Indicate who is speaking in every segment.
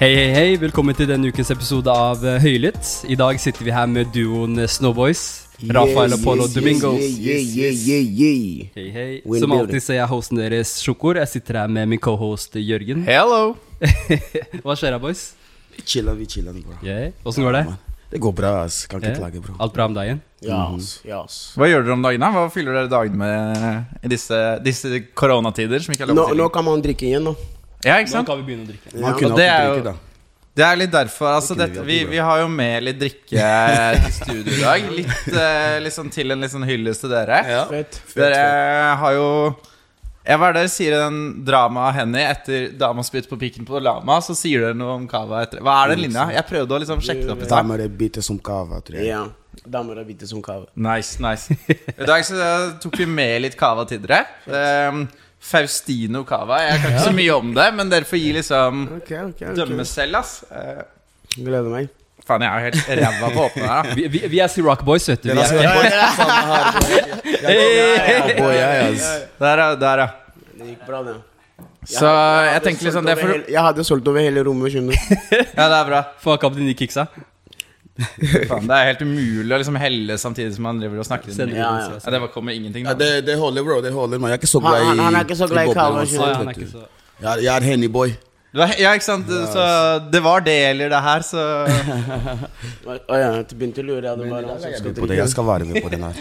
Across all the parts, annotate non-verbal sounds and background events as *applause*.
Speaker 1: Hei, hei, hei. Velkommen til denne ukens episode av eh, Høylytt. I dag sitter vi her med duoen eh, Snowboys. Rafael og Polo Domingos.
Speaker 2: Yeah, yeah, yeah, yeah.
Speaker 1: Hei, hei.
Speaker 2: We're in
Speaker 1: Som
Speaker 2: the
Speaker 1: alltid så er jeg hosten deres, Sjokor. Jeg sitter her med min cohost Jørgen.
Speaker 3: Hello!
Speaker 1: *laughs* Hva skjer da, boys?
Speaker 2: Chilla, vi chiller'n, bro.
Speaker 1: Yeah. Åssen går det?
Speaker 2: Det går bra, ass. Kan ikke
Speaker 1: Ja.
Speaker 2: klage, bro.
Speaker 1: Alt bra om dagen?
Speaker 4: Ja,
Speaker 1: Mm-hmm.
Speaker 4: ass. Ja, ass.
Speaker 3: Hva gjør dere om dagene? Hva fyller dere dagene med i disse, disse koronatider? som ikke er lov
Speaker 2: Nå,
Speaker 3: til?
Speaker 2: nå kan man drikke igjen, nå.
Speaker 3: Ja, ikke
Speaker 1: Nå
Speaker 3: sant?
Speaker 1: kan vi begynne å drikke.
Speaker 2: Man
Speaker 3: og
Speaker 2: kunne
Speaker 3: det
Speaker 2: alltid
Speaker 3: er jo-
Speaker 2: drikke, da.
Speaker 3: Det er litt derfor. altså
Speaker 2: kunne
Speaker 3: dette,
Speaker 2: vi
Speaker 3: vi,
Speaker 2: gjort,
Speaker 3: vi har jo med litt *laughs* drikke til studio i dag. Litt, eh, litt sånn til en litt sånn hyllest til dere.
Speaker 2: Fett. fett,
Speaker 3: Dere
Speaker 2: fett.
Speaker 3: har jo ja, Hva er det dere sier i den dramaet Henny etter 'Dama spytt på pikken på lama'? Så sier dere noe om cava etter Hva er den linja? Jeg prøvde å liksom sjekke det opp i stad.
Speaker 4: Damer er bitte som kava, tror jeg.
Speaker 2: Ja. Damer er hvite som kave.
Speaker 3: Nice, nice. *laughs* I dag så eh, tok vi med litt cava til dere. Ehm, Faustino cava. Jeg kan ikke så mye om det, men dere får gi liksom
Speaker 2: Ok, ok,
Speaker 3: dømme selv, ass. Eh,
Speaker 2: Gleder meg.
Speaker 3: faen, jeg er jo helt ræva på å åpne her, da.
Speaker 1: Vi, vi, vi er Sea Rock Boys, vet du. Vi er, *laughs*
Speaker 2: Oh, Boy, jeg, ass.
Speaker 3: Der, ja. Der, ja.
Speaker 2: Det gikk bra, det.
Speaker 3: Så jeg
Speaker 2: hadde
Speaker 3: tenker liksom
Speaker 2: solgt
Speaker 3: det er
Speaker 2: over
Speaker 3: for
Speaker 2: hele- Jeg hadde solgt over hele rommet, skjønner du.
Speaker 3: Ja, det er bra.
Speaker 1: fuck up de nye kicksa.
Speaker 3: Faen, det er helt umulig å liksom helle samtidig som man driver og snakker.
Speaker 1: Sender
Speaker 3: Ja,
Speaker 1: vi
Speaker 2: Ja, ja.
Speaker 1: den til oss.
Speaker 3: det bare kommer ingenting.
Speaker 4: Ja,
Speaker 3: Da.
Speaker 4: det, det holder, bro. Det holder, man. Jeg er ikke så
Speaker 2: Han-
Speaker 4: glad i
Speaker 2: han- han er ikke så glad i
Speaker 4: bobler
Speaker 2: kava,
Speaker 4: og
Speaker 1: Å,
Speaker 4: sånt,
Speaker 2: ikke sant?
Speaker 1: ja, han
Speaker 4: vet
Speaker 1: er
Speaker 4: du.
Speaker 1: ikke så...
Speaker 4: Jeg er- jeg er Henny-boy.
Speaker 3: Det var- Ja, ikke sant? Så det var det eller det her, så *laughs*
Speaker 2: Å å ja, du begynte å lure. ja, Det var han som
Speaker 4: Jeg blir på
Speaker 2: skulle
Speaker 4: det.
Speaker 2: drikke.
Speaker 4: Jeg skal være med på den *laughs* her.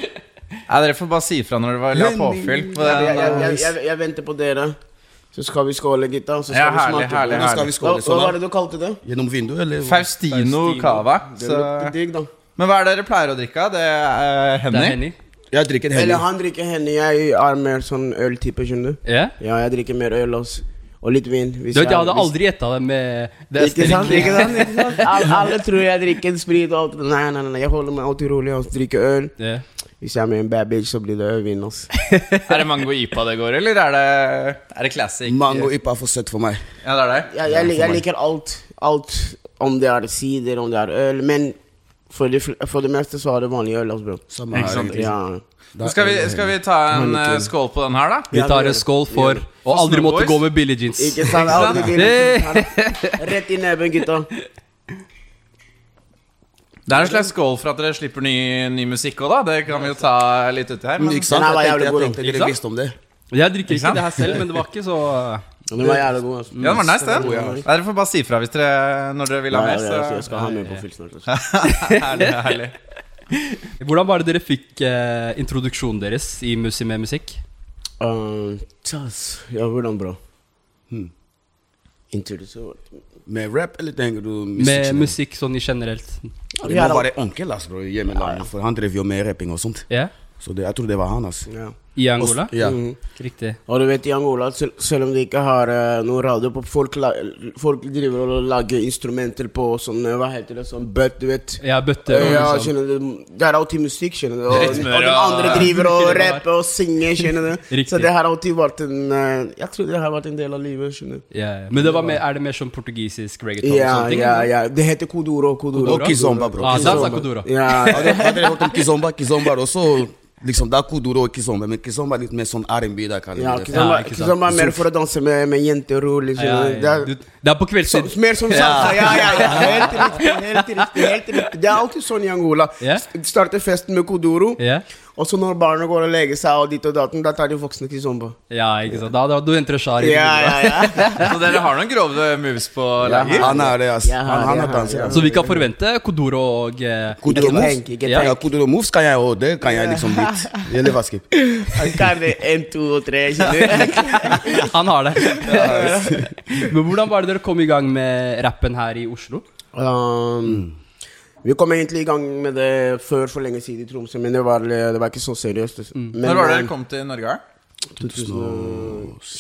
Speaker 3: ja, Dere får bare si ifra når dere var- la påfyll. på
Speaker 2: Jeg, jeg,
Speaker 3: den,
Speaker 2: jeg, jeg, jeg venter på dere. Så skal vi skåle, gutta. Så skal
Speaker 3: Ja,
Speaker 2: vi
Speaker 3: herlig,
Speaker 2: smake på
Speaker 3: herlig,
Speaker 2: det.
Speaker 4: Hvordan skal vi
Speaker 2: Hva,
Speaker 4: skåle
Speaker 2: hva var
Speaker 4: sånn? da?
Speaker 2: det du kalte det?
Speaker 4: Gjennom vinduet, eller?
Speaker 3: eh, Faustino cava.
Speaker 2: Det lukter
Speaker 3: Så
Speaker 2: digg, da.
Speaker 3: Men hva er det dere pleier å drikke? av? Det er
Speaker 1: Det er
Speaker 3: eh, Henny?
Speaker 1: Henny.
Speaker 4: Jeg drikker Henny.
Speaker 2: Eller han drikker Henny. Jeg er mer sånn øltype, skjønner du.
Speaker 1: Ja?
Speaker 2: Ja, jeg drikker mer øl også. Og litt vin. hvis
Speaker 1: Du vet, jeg hadde
Speaker 2: hvis-
Speaker 1: aldri gjetta det med det
Speaker 2: Ikke sant?
Speaker 1: sterke.
Speaker 2: Ikke sant? Ikke sant? Alle, alle tror jeg drikker sprit og alt. Nei, nei, nei, jeg holder meg alltid rolig og drikker øl.
Speaker 1: Ja.
Speaker 2: Hvis jeg er med en bad bitch, så blir det ølvin.
Speaker 3: *laughs*
Speaker 2: ass.
Speaker 3: Er det mango ipa det går, eller er det, er det classic?
Speaker 4: Mango yppa er for søtt for meg.
Speaker 3: Ja, det er det.
Speaker 2: Jeg, jeg, lik- jeg liker alt. Alt. Om det er sider, om det er øl. Men for det, fl- for det meste så er det vanlig øl, ass, bro.
Speaker 4: Samme
Speaker 3: Ikke
Speaker 4: her,
Speaker 3: sant?
Speaker 4: egentlig.
Speaker 2: Ja.
Speaker 4: Da
Speaker 3: Skal vi,
Speaker 4: er
Speaker 3: skal
Speaker 4: det
Speaker 3: vi ta en eh, skål på den her, da?
Speaker 1: Vi
Speaker 2: Ja,
Speaker 1: tar
Speaker 2: det
Speaker 1: en
Speaker 2: gjør
Speaker 1: skål for å
Speaker 3: For
Speaker 1: aldri måtte
Speaker 3: Snowboys.
Speaker 1: gå med Billie Jeans.
Speaker 2: Ikke sant? Aldri
Speaker 1: Hey!
Speaker 2: blir Rett i nebben, gutta.
Speaker 3: Det er en slags skål for at dere slipper ny, ny musikk òg, da. Det kan vi jo ta litt uti her.
Speaker 4: Henny. Men
Speaker 3: Men
Speaker 4: Ikke sant?
Speaker 2: Den her var
Speaker 4: Jeg
Speaker 2: jævlig
Speaker 4: tenkte,
Speaker 2: god,
Speaker 4: jeg tenkte
Speaker 1: Ikke sant?
Speaker 4: dere visste om det.
Speaker 1: *laughs* Jeg drikker
Speaker 3: Ikke
Speaker 1: ikke
Speaker 3: sant?
Speaker 1: det her selv, men det var ikke så
Speaker 2: Den var jævlig god. ass.
Speaker 3: ja, den var nice, den.
Speaker 2: Ja, ja,
Speaker 3: Ja, Dere får bare si ifra hvis dere når dere vil ha mer.
Speaker 2: ja,
Speaker 3: Så
Speaker 2: Jeg skal ha med på fyll snart. ass.
Speaker 3: *laughs*
Speaker 2: *laughs*
Speaker 3: herlig, herlig.
Speaker 1: Hvordan var det dere fikk eh, introduksjonen deres i Musi med musikk?
Speaker 2: Uh, tjas, ja, hvordan, bro?
Speaker 4: Hmm.
Speaker 2: Introduksjon.
Speaker 4: Med rap, eller tenker du
Speaker 1: Med
Speaker 4: musikk?
Speaker 1: musikk sånn i generelt.
Speaker 4: Det må være onkel, ass, bro, i hjemlandet. For han drev jo med rapping og sånt.
Speaker 1: Ja?
Speaker 4: Så det, jeg tror det var han, ass.
Speaker 2: Ja.
Speaker 1: I Angola?
Speaker 4: Ja.
Speaker 2: Mhm.
Speaker 1: Riktig.
Speaker 2: Og du vet, i Angola, sel selv om de ikke har eh, noe radio på folk, la folk driver og lager instrumenter på sånn eh, Hva heter det? Sånn bøtt, du vet.
Speaker 1: Ja, bøtter og
Speaker 2: Ja,
Speaker 1: liksom.
Speaker 2: skjønner du. Det er alltid musikk, skjønner du. Og,
Speaker 3: Rytmer
Speaker 2: og de
Speaker 3: og-
Speaker 2: andre driver og rapper og synger, skjønner du.
Speaker 1: *laughs* Riktig.
Speaker 2: Så det har alltid vært en eh, Jeg tror det har vært en del av livet, skjønner du.
Speaker 1: Ja, ja. Men det var mer, er det mer sånn portugisisk reggaeton? og
Speaker 2: Ja,
Speaker 1: sånne ting,
Speaker 2: ja,
Speaker 1: eller?
Speaker 2: ja. Det heter Kodoro. Kodoro.
Speaker 4: Og Kizomba, bro.
Speaker 1: Ah, dansa
Speaker 4: Kizomba.
Speaker 1: kuduro.
Speaker 2: Ja,
Speaker 4: Ja, det- Hadde dere hørt om Kizomba? Kizomba er også liksom, Det er kodoro og Kizomba, men Kizomba er litt mer sånn R&B. der, kan jeg
Speaker 2: Ja,
Speaker 4: si.
Speaker 2: ikke
Speaker 1: *laughs* Ja,
Speaker 2: sant?
Speaker 1: ikke
Speaker 2: ikke sant? Bare mer for å danse med, med jenter og liksom.
Speaker 1: Ja,
Speaker 2: Det
Speaker 1: ja,
Speaker 2: er,
Speaker 1: ja. Du- Det er på
Speaker 2: så,
Speaker 1: kveldstid.
Speaker 2: mer som salsa. Ja, ja, ja. Helt riktig. helt riktig, helt riktig Det er alltid sånn i Angola.
Speaker 1: Ja.
Speaker 2: S- Starter festen med kodoro,
Speaker 1: Ja,
Speaker 2: og så når barna går og legger seg, og dit og datten, da tar de voksne til zomba.
Speaker 1: ja ikke sant. Da, da, du entrer Shar i
Speaker 2: Ja, ja, ja.
Speaker 3: Så dere har noen grove moves på lager?
Speaker 4: Han er det, ass.
Speaker 2: Ja,
Speaker 4: Han, han
Speaker 2: ja,
Speaker 4: er danser.
Speaker 2: ja.
Speaker 4: ass.
Speaker 1: Så vi kan forvente Kodoro og eh,
Speaker 4: Kodoro
Speaker 2: Ikke
Speaker 4: moves.
Speaker 2: tenk, ikke
Speaker 4: Ja,
Speaker 2: tenk.
Speaker 4: ja, kodoro moves kan jeg òg. Det kan jeg
Speaker 2: *laughs*
Speaker 4: liksom litt. Eller hva, Skip?
Speaker 2: Han kan det en, to og tre. skjønner du?
Speaker 1: Han har det. Men hvordan var det dere kom i gang med rappen her i Oslo?
Speaker 2: Um, vi kom egentlig i gang med det før for lenge siden i Tromsø, men det var, det var ikke så seriøst. Men,
Speaker 3: Når var det
Speaker 2: um,
Speaker 3: dere kom til Norge?
Speaker 2: 2007.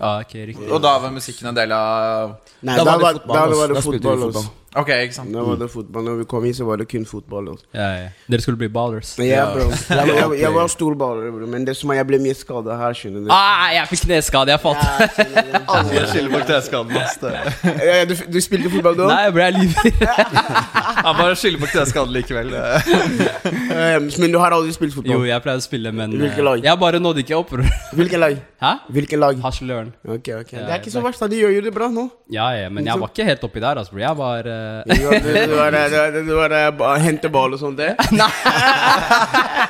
Speaker 1: Ja, ok, riktig
Speaker 3: Og da var musikken en del av
Speaker 2: Nei,
Speaker 4: Da
Speaker 2: da,
Speaker 4: var det
Speaker 2: var,
Speaker 4: fotball,
Speaker 2: da
Speaker 4: ass.
Speaker 2: var det
Speaker 4: Da spilte vi
Speaker 2: fotball.
Speaker 4: fotball.
Speaker 2: ass.
Speaker 3: Ok, ikke sant?
Speaker 2: Nå var det fotball. Når vi kom hit, så var det kun fotball. altså. Også.
Speaker 1: Ja, ja. Dere skulle bli ballers.
Speaker 2: Men *laughs* ja, bro. Jeg, jeg, jeg var storballer, bro. Men det som er, jeg ble mye skada her, skjønner du.
Speaker 1: Ah, jeg fikk kneskade, jeg falt.
Speaker 2: Ja, sånn. skjønner du.
Speaker 3: Alle skylder på kneskaden hans. det.
Speaker 2: Ja, ja, du, du spilte fotball da?
Speaker 1: Nei, jeg ble livredd.
Speaker 3: Han bare skylder på kneskaden likevel.
Speaker 2: Eh, Men du har aldri spilt
Speaker 1: Jo,
Speaker 2: fotball?
Speaker 1: jeg pleide å spille, men
Speaker 2: Hvilket
Speaker 1: eh,
Speaker 2: lag?
Speaker 1: Jeg bare nådde ikke opp. bror.
Speaker 2: Hvilket lag?
Speaker 1: Hæ?
Speaker 2: Hvilket lag?
Speaker 1: Hasløren.
Speaker 2: Ok, ok. Det
Speaker 1: Ja,
Speaker 2: er ikke så verst, da. De gjør jo det bra nå.
Speaker 1: Ja, ja, men jeg var ikke helt oppi der, altså, bror. Jeg var eh,
Speaker 2: Du var, du, du var, du var, du var eh, ba- hente ball og sånt, det.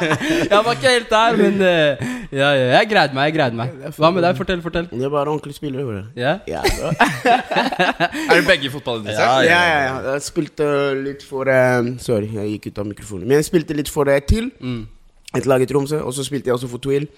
Speaker 1: Jeg var ikke helt der, men eh, ja, ja, jeg greide meg. jeg greide meg Hva med deg? Fortell, fortell.
Speaker 2: Det er bare ordentlige spillere, bro.
Speaker 1: Ja?
Speaker 2: Ja, bra.
Speaker 3: Er du begge fotballinteressert?
Speaker 2: ja, ja, ja. Jeg spilte litt for eh, Sorry, jeg gikk ut av mikrofonen. Men jeg spilte litt for eh, TIL, et lag i Tromsø. Og så spilte jeg også for TWIL.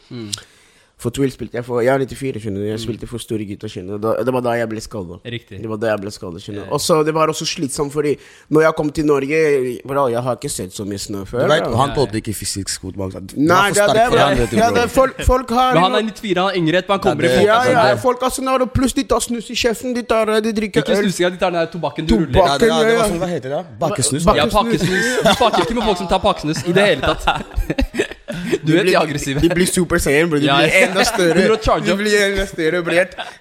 Speaker 2: For TWIL spilte jeg for Jeg er 94, skjønner du. Jeg spilte for store gutter, skjønner du. Da- Det var da jeg ble skada.
Speaker 1: Riktig.
Speaker 2: Det var da jeg ble skadet. skjønner du. Og så Det var også slitsomt, fordi når jeg kom til Norge Bra, jeg har ikke sett så mye snø før.
Speaker 4: Du vet,
Speaker 2: da.
Speaker 4: han tålte ikke fysisk fotball. Han
Speaker 2: Nei,
Speaker 4: var
Speaker 2: det
Speaker 4: for
Speaker 2: er det,
Speaker 4: sterk for
Speaker 2: bro.
Speaker 4: han, vet du,
Speaker 2: ja, det
Speaker 4: bro.
Speaker 2: er folk, folk har
Speaker 1: Men han er 94, han er yngre, men han kommer i
Speaker 4: det-
Speaker 2: Ja,
Speaker 1: folk.
Speaker 2: ja,
Speaker 1: Altså,
Speaker 2: folk har scenario, pluss de tar snus i kjeften, de tar eh, De
Speaker 1: det.
Speaker 2: drikker
Speaker 1: Ikke
Speaker 2: øl.
Speaker 1: snusinga, de tar den der tobakken du ruller.
Speaker 2: Tobakk.
Speaker 4: Ja, det er- det var sånn, hva heter det? da? Bakkesnus?
Speaker 2: Ba-
Speaker 1: Ja,
Speaker 4: da.
Speaker 1: *laughs* pakkesnus. Du snakker ikke med folk som tar pakkesnus i det hele *laughs* tatt. Du vet de er *laughs* aggressive.
Speaker 2: De blir super saiyan, bro. De
Speaker 1: Ja,
Speaker 2: blir
Speaker 1: ja. *laughs*
Speaker 2: enda
Speaker 1: De
Speaker 2: større.
Speaker 1: blir å charge
Speaker 2: De
Speaker 1: opp.
Speaker 2: blir enda større bro.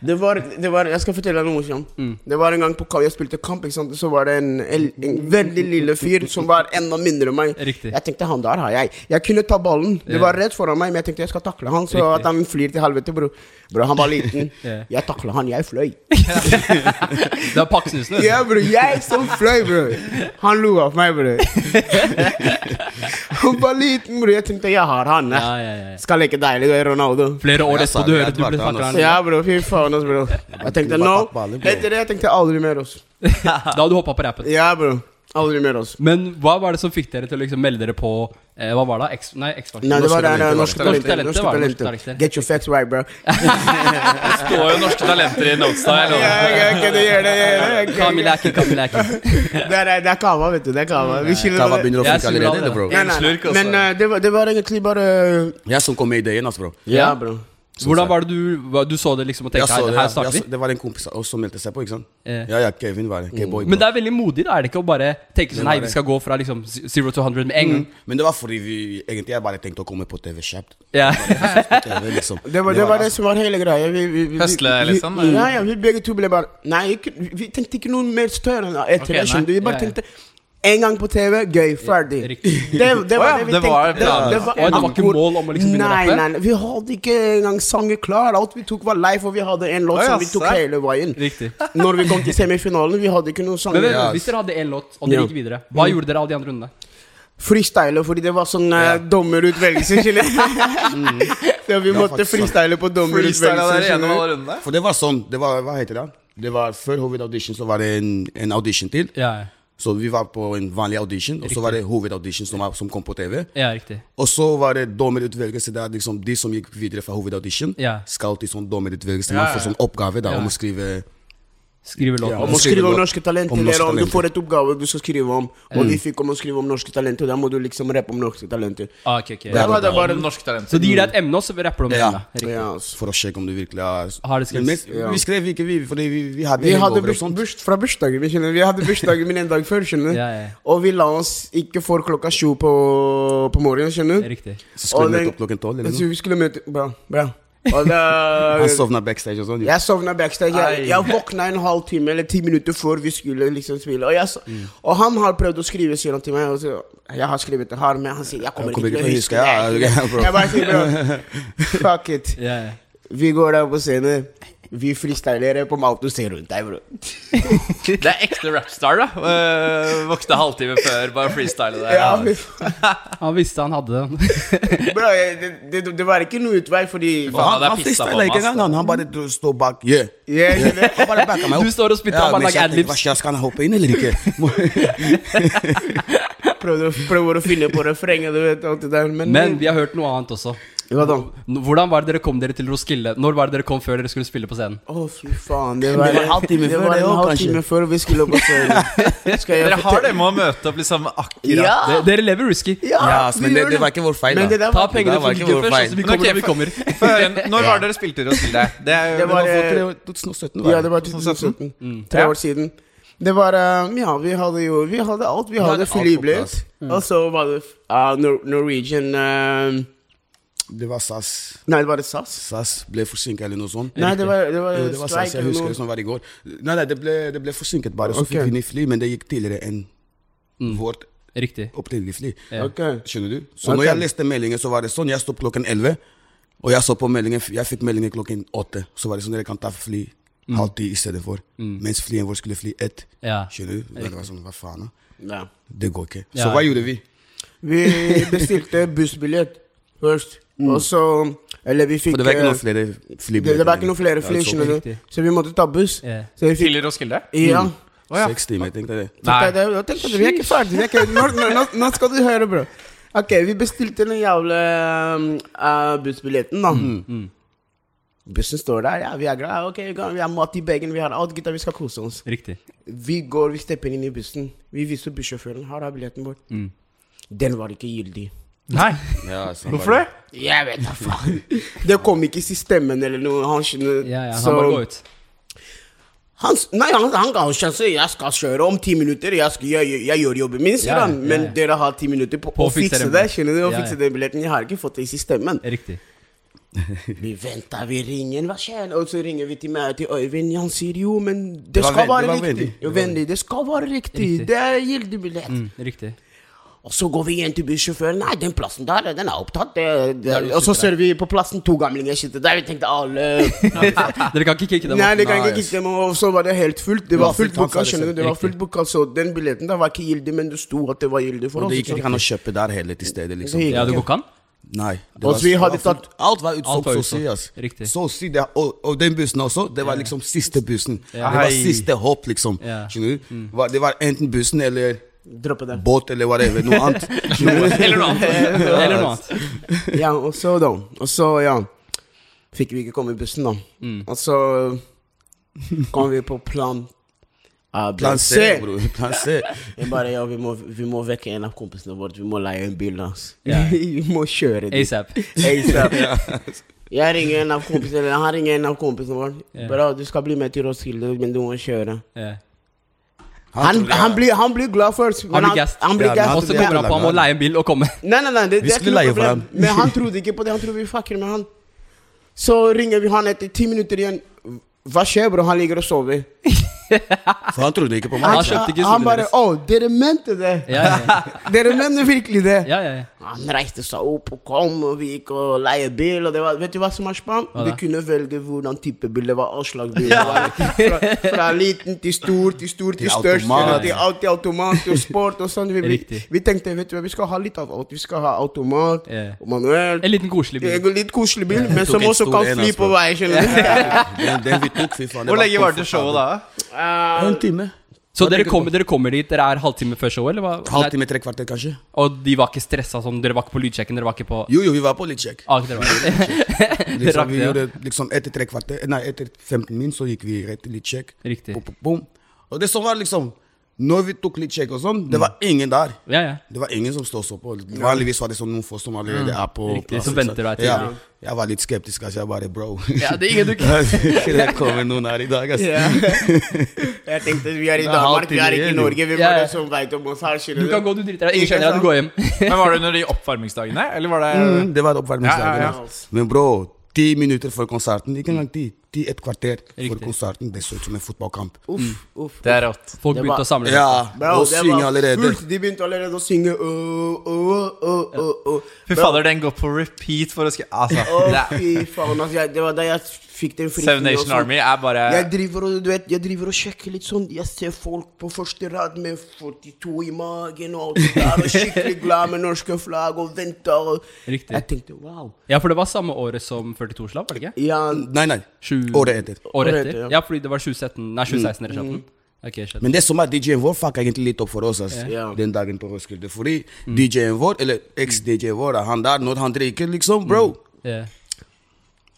Speaker 2: det var, det var, Jeg skal fortelle deg noe morsomt.
Speaker 1: Mm.
Speaker 2: Det var en gang på kamp, jeg spilte kamp, ikke sant? så var det en, en, en veldig lille fyr som var enda mindre enn meg.
Speaker 1: Riktig.
Speaker 2: Jeg tenkte han der har jeg. Jeg kunne ta ballen. Det var rett foran meg, men jeg tenkte jeg skal takle han, så
Speaker 1: Riktig.
Speaker 2: at han flyr til helvete, bro. Bro, Han var liten.
Speaker 1: *laughs* Ja.
Speaker 2: Jeg takla han, jeg fløy. *laughs*
Speaker 1: Det er pakkesnusen. vet du.
Speaker 2: Ja, bro. Jeg som fløy, bro. Han lo av meg, bro. *laughs* Han var liten, bro. Jeg tenkte jeg har han.
Speaker 1: Ja,
Speaker 2: eh.
Speaker 1: ja, ja.
Speaker 2: Skal leke deilig, du er Ronaldo.
Speaker 1: Flere år
Speaker 4: Jeg
Speaker 1: etterpå,
Speaker 4: sa
Speaker 1: du
Speaker 4: det,
Speaker 1: hører
Speaker 4: jeg
Speaker 1: du blir
Speaker 4: tvarte han,
Speaker 1: takla.
Speaker 4: altså.
Speaker 2: Ja, bro. Fy faen, ass, bro. Jeg tenkte nå
Speaker 4: Bare takk på alle, bro.
Speaker 2: Etter det jeg tenkte jeg aldri mer, ass.
Speaker 1: *laughs* Da hadde du hoppa på rappen.
Speaker 2: Ja, bro. Aldri mer, ass.
Speaker 1: Men hva var det som fikk dere til å liksom melde dere på eh, Hva var det? X, nei, X-Factor.
Speaker 2: Nei, det var
Speaker 4: Norske
Speaker 2: der, eh,
Speaker 4: talenter,
Speaker 2: norske
Speaker 1: var det. Norske talenter,
Speaker 2: talenter. Norske
Speaker 1: var det.
Speaker 2: talenter. Get your facts right, bro.
Speaker 3: Det står jo norske talenter i Notestyle.
Speaker 2: Ja, ja, ok, det gjør det, det gjør det, ok.
Speaker 1: Kamil Aki, Kamil
Speaker 4: *laughs*
Speaker 1: Aki.
Speaker 2: Det er- det er kava, vet du. Det er kava. Vi skiller
Speaker 4: Kava
Speaker 2: det.
Speaker 4: begynner å
Speaker 1: Jeg
Speaker 4: funke
Speaker 1: skulle aldri-
Speaker 4: allerede, eller, bro.
Speaker 2: Nei, nei,
Speaker 3: En slurk, altså.
Speaker 2: Men eh, det var, det var egentlig bare eh,
Speaker 4: Jeg som kom med ideen, ass, bro.
Speaker 1: Ja.
Speaker 2: Ja, bro.
Speaker 1: Hvordan var det du hva- Du så det liksom og tenkte
Speaker 4: Jeg så
Speaker 1: her,
Speaker 4: det,
Speaker 1: her
Speaker 4: jeg,
Speaker 1: starter
Speaker 4: jeg,
Speaker 1: vi?
Speaker 4: så- det var en kompis av oss som meldte seg på, ikke sant?
Speaker 1: Eh.
Speaker 4: Ja, ja, Kevin var det. K-boy,
Speaker 1: Men
Speaker 4: bro.
Speaker 1: det er veldig modig, da. Er det ikke å bare tenke sånn
Speaker 4: var
Speaker 1: Hei, vi
Speaker 4: det. Mm.
Speaker 1: skal gå fra liksom z- zero to 100 med en gang.
Speaker 4: Men det var fordi vi egentlig jeg bare tenkte å komme på TV kjapt.
Speaker 1: Ja. *laughs*
Speaker 4: På TV, liksom.
Speaker 2: *laughs* Det var det, var
Speaker 1: altså
Speaker 2: det som var hele greia. Vi, vi, vi,
Speaker 3: Høsle,
Speaker 2: vi,
Speaker 3: liksom,
Speaker 2: Vi,
Speaker 3: eller?
Speaker 2: ja, ja, vi begge to ble bare Nei, ikke, vi tenkte ikke noe mer større enn etter
Speaker 3: Ok,
Speaker 2: det. skjønner du? Vi bare
Speaker 1: nei, ja, ja.
Speaker 2: tenkte en gang på TV, gøy, ferdig.
Speaker 1: Ja,
Speaker 2: Det,
Speaker 1: riktig.
Speaker 2: det
Speaker 3: Å
Speaker 2: var
Speaker 3: ja,
Speaker 2: det vi
Speaker 3: det
Speaker 2: tenkte.
Speaker 3: var planen.
Speaker 1: Og det var ikke
Speaker 2: hvor-
Speaker 1: mål om å liksom begynne å
Speaker 2: nei,
Speaker 1: rappe?
Speaker 2: Nei, nei, vi hadde ikke engang sanger klar. Alt vi tok, var live, og vi hadde en låt
Speaker 3: Å ja,
Speaker 2: som vi tok
Speaker 3: serr.
Speaker 2: hele veien.
Speaker 1: Riktig.
Speaker 2: Når vi kom til semifinalen, vi hadde ikke noen
Speaker 1: Men,
Speaker 2: sanger.
Speaker 1: men
Speaker 4: Ja,
Speaker 1: hvis dere hadde én låt, og dere
Speaker 2: Ja.
Speaker 1: gikk videre, hva gjorde dere alle de andre rundene?
Speaker 2: Freestyle, fordi det var sånn eh, dommerutvelgelse.
Speaker 1: *laughs*
Speaker 2: skjønner du?
Speaker 1: Mm.
Speaker 2: *laughs* Så vi måtte
Speaker 1: sånn.
Speaker 4: faktisk sant.
Speaker 2: freestyle på
Speaker 3: Freestyla
Speaker 2: dommerutvelgelse.
Speaker 3: dere gjennom
Speaker 2: skjønner du?
Speaker 3: alle rundene?
Speaker 4: For det var sånn, det var, hva heter det? Det var Før hovedaudition så var det en, en audition til.
Speaker 1: Ja,
Speaker 4: Så vi var på en vanlig audition, og så var det hovedaudition som, er- som kom på TV.
Speaker 1: ja riktig.
Speaker 4: Og så var det dommerutvelgelse der liksom de som gikk videre fra hovedaudition,
Speaker 1: Ja.
Speaker 4: skal til sånn dommerutvelgelse.
Speaker 3: Ja,
Speaker 4: Man
Speaker 3: ja,
Speaker 4: får
Speaker 3: ja.
Speaker 4: sånn oppgave da,
Speaker 1: Ja.
Speaker 4: om å skrive
Speaker 1: Skrive låten.
Speaker 4: Ja,
Speaker 2: Om
Speaker 4: Man
Speaker 2: å skrive
Speaker 4: skriver
Speaker 2: om
Speaker 4: da-
Speaker 2: norske talenter, Mm.
Speaker 4: om norske
Speaker 2: eller om du
Speaker 4: talenter.
Speaker 2: får et oppgave du skal skrive om. Og vi fikk om å skrive om norske talenter, da må du liksom rappe om norske talenter.
Speaker 1: Ah, ok, ok.
Speaker 2: Der var det bare
Speaker 3: Om norske talenter.
Speaker 1: Så de gir deg et emne, og så rapper du om det
Speaker 4: Ja.
Speaker 1: emnet. Riktig.
Speaker 2: ja, altså.
Speaker 4: for å sjekke om du virkelig har
Speaker 1: Har det skrevet?
Speaker 4: Men
Speaker 2: Ja.
Speaker 4: Vi skrev ikke, vi, fordi vi, vi hadde
Speaker 2: Vi hadde
Speaker 4: hangover og
Speaker 2: burs,
Speaker 4: sånt.
Speaker 2: burs, fra bursdagen min, skjønner du. Vi hadde bursdagen min en dag før, skjønner du.
Speaker 1: Ja, ja.
Speaker 2: Og vi la oss ikke for klokka sju på, på morgenen, skjønner du.
Speaker 1: Riktig.
Speaker 4: Så skulle
Speaker 2: Og
Speaker 4: vi
Speaker 2: den-
Speaker 4: møte opp klokken tolv. eller
Speaker 2: Så
Speaker 4: noe.
Speaker 2: vi skulle møte Bra. bra. Og da,
Speaker 4: Han sovna backstage og sånn. jo.
Speaker 2: jeg sovna backstage.
Speaker 3: Ai.
Speaker 2: Jeg, jeg våkna en halv time eller ti minutter før vi skulle liksom spille. Og, jeg, så- og han har prøvd å skrive, sier han til meg. Og så, jeg har skrevet det her, men han sier jeg kommer,
Speaker 4: Jeg kommer
Speaker 2: ikke til å huske det.
Speaker 4: Ja, ok, bro.
Speaker 2: Jeg bare sier bro, fuck it.
Speaker 1: Ja, ja.
Speaker 2: Vi går der på scenen. Vi freestyler på alt du ser rundt deg, bro.
Speaker 3: Det er ekte rapstar, da. Eh, Våkne halvtime før, bare freestyle det.
Speaker 2: Ja, fy faen.
Speaker 1: Han visste han hadde den.
Speaker 2: bro jeg, det, det, det var ikke noe utvei, fordi
Speaker 3: Faen,
Speaker 4: Han,
Speaker 3: det er
Speaker 4: han
Speaker 3: pissa på
Speaker 4: freestyler ikke
Speaker 3: meg, ass.
Speaker 4: engang. Han, han bare dro- står bak. Yeah.
Speaker 2: Yeah, jeg skjønner.
Speaker 4: *laughs* Han bare backa meg opp.
Speaker 1: Du står og spytter, han bare
Speaker 4: men
Speaker 1: lager
Speaker 4: jeg tenkte,
Speaker 1: adlibs.
Speaker 4: hva skjer, Skal han hoppe inn eller
Speaker 2: *laughs*
Speaker 4: ikke?
Speaker 2: prøvde, å- prøver å finne på refrenget, du vet. Alt det der. Men,
Speaker 1: Men vi har hørt noe annet også.
Speaker 2: Hva da?
Speaker 1: N- Hvordan var det dere kom dere til Roskilde? Når var det dere kom før dere skulle spille på scenen?
Speaker 2: Å, fy faen. Det var,
Speaker 4: Det var en halvtime
Speaker 2: det
Speaker 4: før
Speaker 2: var
Speaker 4: det
Speaker 2: en
Speaker 4: også,
Speaker 2: halvtime før vi skulle på scenen. Skal jeg
Speaker 3: Dere
Speaker 2: fortelle-
Speaker 3: har det med å møte opp liksom akkurat
Speaker 2: Ja!
Speaker 1: De- Dere lever risky.
Speaker 4: Ja, altså,
Speaker 2: vi
Speaker 4: men det,
Speaker 2: gjør
Speaker 4: det var ikke vår feil,
Speaker 2: Men det
Speaker 4: da.
Speaker 2: der
Speaker 1: Ta
Speaker 2: var
Speaker 1: pengene
Speaker 4: Det
Speaker 1: fra
Speaker 4: var ikke
Speaker 1: Gooken
Speaker 4: vår
Speaker 1: først,
Speaker 4: feil.
Speaker 1: så vi
Speaker 3: Men
Speaker 1: kommer
Speaker 3: ok,
Speaker 1: når vi kommer.
Speaker 3: Få høre en- Når var det dere spilte i Roskilde? Det er jo
Speaker 2: Det var,
Speaker 4: Det
Speaker 2: eh,
Speaker 4: var 2017,
Speaker 2: Ja,
Speaker 4: var
Speaker 2: det
Speaker 4: det.
Speaker 2: var 2017. Tre
Speaker 3: Ja.
Speaker 2: år siden. Det var eh, Ja, vi hadde jo Vi hadde alt. Vi hadde
Speaker 4: alt på
Speaker 2: Filiblet.
Speaker 4: plass. Mm.
Speaker 2: Og så var det eh, Nor Norwegian eh,
Speaker 4: Det var SAS.
Speaker 2: Nei, det var det SAS?
Speaker 4: SAS ble forsinket eller noe sånt.
Speaker 2: Nei, det var, det var,
Speaker 4: Eh, Det var SAS,
Speaker 2: streik
Speaker 4: jeg
Speaker 2: eller
Speaker 4: husker
Speaker 2: noe.
Speaker 4: det som var i går. Nei, nei, det ble, det ble forsinket bare. Så
Speaker 2: Ok.
Speaker 4: fikk vi nytt fly, men det gikk tidligere enn vårt
Speaker 1: Riktig.
Speaker 4: opprinnelige fly.
Speaker 2: Ok.
Speaker 4: Skjønner du? Så
Speaker 2: Ok.
Speaker 4: når jeg leste meldingen, så var det sånn. Jeg sto opp klokken 11, og jeg så på meldingen Jeg fikk meldingen klokken 8. Så var det sånn dere kan ta fly halv ti i stedet for. Mens flyet vårt skulle fly ett.
Speaker 1: Ja.
Speaker 4: Skjønner du? Det var sånn, hva faen? da?
Speaker 2: Ja.
Speaker 4: Det går ikke. Så
Speaker 1: Ja.
Speaker 4: hva gjorde vi?
Speaker 2: Vi bestilte bussbillett først, og så Eller vi fikk
Speaker 4: For Mm. det var ikke
Speaker 2: eh,
Speaker 4: noen flere
Speaker 2: det,
Speaker 4: flybilletter.
Speaker 2: det var ikke noen flere fly,
Speaker 4: så
Speaker 2: skjønner du.
Speaker 1: riktig.
Speaker 2: Så vi måtte ta buss.
Speaker 1: Ja. Mm.
Speaker 2: Så vi fikk
Speaker 3: Til Roskilde?
Speaker 2: Ja.
Speaker 3: Å ja.
Speaker 4: Seks timer, tenkte jeg. det.
Speaker 2: Nei.
Speaker 1: Nei.
Speaker 2: Det, det, jeg tenkte, vi er ikke ferdige. Vi er ikke, nå, nå, nå, nå skal du høre, bro. Ok, vi bestilte den jævla um, eh, bussbilletten, da.
Speaker 1: Mm.
Speaker 3: Mm.
Speaker 2: Bussen står der. Ja, vi er glad. Ok, vi har mat i bagen. Vi har alt, gutta. Vi skal kose oss.
Speaker 1: Riktig.
Speaker 2: Vi går, vi stepper inn i bussen. Vi viser bussjåføren. Her er billetten vår.
Speaker 3: Mm.
Speaker 2: Den var ikke gyldig.
Speaker 3: Nei,
Speaker 4: Ja, sånn var
Speaker 3: hvorfor det?
Speaker 2: Jeg vet da faen. *laughs* Det kom ikke i stemmen eller noe. Han skjønner
Speaker 1: Ja, ja, han
Speaker 2: så-
Speaker 1: bare går ut.
Speaker 2: Han, nei, han, han ga oss sjanse. Jeg skal kjøre om ti minutter. Jeg, skal, jeg, jeg, jeg gjør jobben min, sier
Speaker 1: Ja,
Speaker 2: han.
Speaker 1: ja,
Speaker 2: Men
Speaker 1: ja.
Speaker 2: dere har ti minutter på, å fikse,
Speaker 1: den
Speaker 2: det.
Speaker 1: billetten.
Speaker 2: Skjønner du? Å
Speaker 1: Ja, ja.
Speaker 2: fikse den billetten. Jeg har ikke fått det i systemet.
Speaker 1: Riktig.
Speaker 2: Vi venter, vi ringer. Hva skjer? Og så ringer vi til meg til Øyvind. Han sier jo, men det,
Speaker 4: var
Speaker 2: skal
Speaker 4: ven- det var
Speaker 2: være riktig.
Speaker 4: vennlig.
Speaker 2: Jo, vennlig. Det skal være riktig.
Speaker 1: Riktig.
Speaker 2: Det er gyldig billett.
Speaker 1: Mm, riktig.
Speaker 2: Og så går vi igjen til bussjåføren. Nei, den plassen der, den er opptatt. Det, det. Og så ser vi på plassen to gamlinger sitter der. Vi tenkte alle
Speaker 1: Dere kan ikke kicke dem
Speaker 2: Nei,
Speaker 1: opp?
Speaker 2: det kan ikke
Speaker 4: Nice.
Speaker 2: kikke meg, og så var det helt fullt. Det var
Speaker 4: var fullt,
Speaker 2: fullt
Speaker 4: han sa
Speaker 2: booka,
Speaker 4: det
Speaker 2: skjønner du.
Speaker 4: selv.
Speaker 2: Det var
Speaker 1: Riktig.
Speaker 2: fullt booka, så den billetten der var ikke gyldig, men det sto at det var gyldig for
Speaker 4: Og
Speaker 2: oss.
Speaker 4: det gikk
Speaker 2: ikke
Speaker 4: ikke
Speaker 2: sant?
Speaker 4: an å kjøpe der heller til stedet, liksom.
Speaker 2: Det gikk-
Speaker 1: Ja, det går ikke an?
Speaker 4: Nei. det
Speaker 2: Og
Speaker 4: var-
Speaker 2: Altså, vi hadde
Speaker 4: det var fullt-
Speaker 2: tatt-
Speaker 4: Alt var utsolgt,
Speaker 1: var
Speaker 4: så å
Speaker 1: utsolgt.
Speaker 4: si. ass.
Speaker 1: Riktig.
Speaker 4: Så å si det, og, og den bussen også. Det var liksom siste bussen. Det
Speaker 3: Hei. Mm.
Speaker 4: var siste håp, liksom.
Speaker 1: Ja.
Speaker 4: Skjønner du? Var- Det var enten bussen eller
Speaker 2: Droppe det.
Speaker 4: båt eller whatever. Noe
Speaker 3: *laughs*
Speaker 4: annet.
Speaker 1: Eller noe annet. Eller noe annet.
Speaker 2: *laughs* Ja, og så da. Og så, ja. Fikk vi ikke komme i bussen, da. Og så kom vi på plan Ah,
Speaker 4: Plan C, bror. Plan
Speaker 3: *laughs*
Speaker 4: C.
Speaker 2: Jeg bare, ja, vi må, vi må vekke en av kompisene våre. Vi må leie en bil. Altså.
Speaker 1: Ja.
Speaker 2: *laughs* vi må kjøre dit.
Speaker 1: ASAP.
Speaker 2: ASAP. Jeg ringer en av kompisene eller Han ringer en av kompisene våre.
Speaker 1: Ja.
Speaker 2: Bra, du skal bli med til Roskilde, men du må kjøre.
Speaker 1: Ja.
Speaker 2: Han, han, blir, han blir glad først. men
Speaker 1: Han blir gassed.
Speaker 2: Han blir
Speaker 4: Ja, men
Speaker 2: gassed.
Speaker 1: Og så kommer han på han må leie en bil og komme.
Speaker 2: Nei, nei, nei, det,
Speaker 4: Vi
Speaker 2: det er ikke
Speaker 4: skulle
Speaker 2: noe
Speaker 4: leie for
Speaker 2: problem.
Speaker 4: han.
Speaker 2: Men han trodde ikke på det. Han trodde vi fucker med han. Så ringer vi han etter ti minutter igjen. Hva skjer, bro? Han ligger og sover.
Speaker 4: For han trodde ikke på
Speaker 1: Han
Speaker 4: meg.
Speaker 1: kjøpte ikke
Speaker 2: han bare
Speaker 1: solen deres.
Speaker 2: Å, dere mente det!
Speaker 1: Ja, ja,
Speaker 2: *laughs* Dere mente virkelig det!
Speaker 1: ja. ja, ja.
Speaker 2: Han reiste seg opp og kom, og vi gikk og leie bil. Og det var, vet du hva som var spennende?
Speaker 1: Hva
Speaker 2: Vi
Speaker 1: da?
Speaker 2: kunne velge hvordan type bil det var. Avslag bil. det var. Fra, fra liten til stor til stor til
Speaker 4: Til
Speaker 2: størst.
Speaker 4: automat.
Speaker 2: eller Til alltid automat til sport og sånn. Vi, vi,
Speaker 1: Riktig.
Speaker 2: vi tenkte vet du hva, vi skal ha litt av alt. Vi skal ha automat
Speaker 1: Ja.
Speaker 2: og manuell.
Speaker 1: En liten koselig
Speaker 2: Det
Speaker 1: bil.
Speaker 2: er Litt koselig bil, men
Speaker 4: Tok
Speaker 2: som
Speaker 4: en
Speaker 2: også
Speaker 4: stor
Speaker 2: kan
Speaker 4: en,
Speaker 2: fly
Speaker 4: altså.
Speaker 2: på vei.
Speaker 1: *laughs*
Speaker 2: skjønner du?
Speaker 4: Den, den vi tok, fy faen.
Speaker 3: Hvor lenge var det showet da?
Speaker 2: Eh,
Speaker 4: En time.
Speaker 1: Så dere kommer, dere kommer dit, dere er halvtime før showet, eller hva? Nei,
Speaker 4: Halvtime, tre kvarter, kanskje.
Speaker 1: Og de var ikke stressa sånn, dere var ikke på lydsjekken, dere var ikke på
Speaker 4: Jo, jo, vi var på litt sjekk.
Speaker 3: *laughs*
Speaker 1: Ah, ikke dere var *laughs* Dere
Speaker 4: Liksom,
Speaker 1: rakk
Speaker 4: vi
Speaker 1: det, ja.
Speaker 4: gjorde liksom etter tre kvarter Nei, etter 15 min så gikk vi rett til litt sjekk.
Speaker 1: Riktig.
Speaker 4: Bom, bom, bom. Og det som var liksom Når vi tok litt sjekk og sånn, det var
Speaker 1: Mm.
Speaker 4: ingen der.
Speaker 1: Ja, ja.
Speaker 4: Det var ingen som stod så på. Vanligvis var det sånn noen få som allerede er på
Speaker 1: Mm. Riktig,
Speaker 4: plass,
Speaker 1: som
Speaker 4: ikke
Speaker 1: venter
Speaker 4: sant?
Speaker 1: deg til.
Speaker 4: Ja. Jeg var litt skeptisk, altså. Jeg bare bro.
Speaker 1: ja det er
Speaker 4: *laughs*
Speaker 1: ingen du
Speaker 4: det kommer noen her i dag, altså.
Speaker 2: Jeg tenkte vi er i
Speaker 4: Det er
Speaker 2: Danmark, vi er ikke i
Speaker 4: halvtime
Speaker 2: Norge. Vi liksom
Speaker 1: Ja, ja.
Speaker 2: bare som veit om oss her. skjønner
Speaker 1: Du kan gå, du driter deg Ingen kjenner deg, du går hjem. *laughs*
Speaker 3: Men Var det under de oppvarmingsdagene? Eller var det
Speaker 4: *laughs* Mm, det var oppvarmingsdagen.
Speaker 3: Ja, ja, ja.
Speaker 4: altså. Men bro, ti minutter før konserten, ikke engang ti, ti et kvarter
Speaker 1: Riktig.
Speaker 4: før konserten, det så ut som en fotballkamp.
Speaker 2: Uff, uff.
Speaker 3: Det er rått.
Speaker 1: Folk
Speaker 2: Det
Speaker 1: begynte
Speaker 2: var-
Speaker 1: å samle seg.
Speaker 4: Ja,
Speaker 2: Bro,
Speaker 4: og
Speaker 2: det
Speaker 4: synge
Speaker 2: var
Speaker 4: allerede.
Speaker 2: fullt. De begynte allerede å synge «Åh, åh, åh, åh, åh».
Speaker 3: Fy
Speaker 2: Bro,
Speaker 3: fader, den går på repeat for å skrive Altså,
Speaker 2: åh,
Speaker 3: det er-
Speaker 2: fy faen, altså, jeg, det var da jeg fikk den frykten.
Speaker 3: Seven Nation
Speaker 2: altså.
Speaker 3: Army er bare
Speaker 2: Jeg driver, og, du vet, jeg driver og sjekker litt sånn. Jeg ser folk på første rad med 42 i magen og alt det der, og skikkelig glad med norske flagg og venter. Og
Speaker 1: Riktig.
Speaker 2: Jeg tenkte wow.
Speaker 1: Ja, for det var samme året som 42-slapp, var det ikke?
Speaker 2: Ja,
Speaker 4: Nei, nei.
Speaker 1: Sju-
Speaker 4: Året etter.
Speaker 1: Året
Speaker 2: Året
Speaker 1: etter.
Speaker 2: etter, ja.
Speaker 1: Ja, fordi det var 2017 Nei, 2016 eller 2017. Ok, skjønner.
Speaker 4: Men det som er DJ-en vår, fucka egentlig litt opp for oss ass,
Speaker 2: Ja.
Speaker 4: den dagen på Roskilde. Fordi DJ-en vår, eller eks-DJ-en vår, han der, når han drikker, liksom, bro
Speaker 1: Ja. Eh.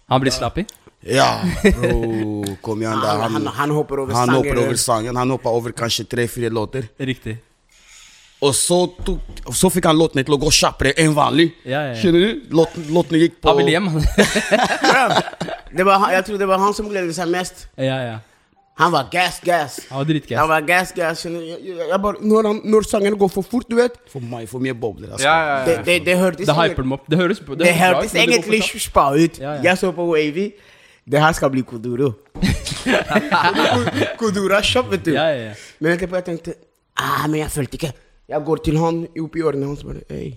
Speaker 1: Han blir slappy?
Speaker 4: Ja, bro. Kom igjen, da.
Speaker 2: han, han,
Speaker 4: Han,
Speaker 2: han hopper over
Speaker 4: han
Speaker 2: sanger.
Speaker 4: hopper over sangen. Han hoppa over kanskje tre-fire låter.
Speaker 1: Riktig.
Speaker 4: Og så, tok, så fikk han låtene til å gå kjappere enn vanlig.
Speaker 1: Ja, ja, ja.
Speaker 4: Skjønner du? Låten, låtene gikk på
Speaker 1: Han vil hjem, han. *laughs*
Speaker 2: Bro, det var, han- jeg tror det var han som gledet seg mest.
Speaker 1: Ja, ja.
Speaker 2: Han var gass, gass.
Speaker 1: Han var dritgass.
Speaker 2: Han var gass, gass. skjønner du? Jeg, jeg, jeg bare, når, han, når sangene går for fort, du vet
Speaker 4: For meg, for mye bobler. Altså.
Speaker 3: Ja, ja,
Speaker 2: Det,
Speaker 3: ja.
Speaker 2: det, det hørtes
Speaker 1: Det hyper dem opp. Det høres det
Speaker 2: Det
Speaker 1: høres bra ut,
Speaker 2: hørtes
Speaker 1: men det går for
Speaker 2: egentlig
Speaker 1: kjapt.
Speaker 2: spa ut.
Speaker 1: Ja, ja.
Speaker 2: Jeg så på Wavy. Det her skal bli Kodoro. Kodora shop, vet du.
Speaker 1: Ja, ja, ja.
Speaker 2: Men etterpå jeg tenkte ah, men jeg følte ikke. Jeg går til han oppi årene hans bare Øy,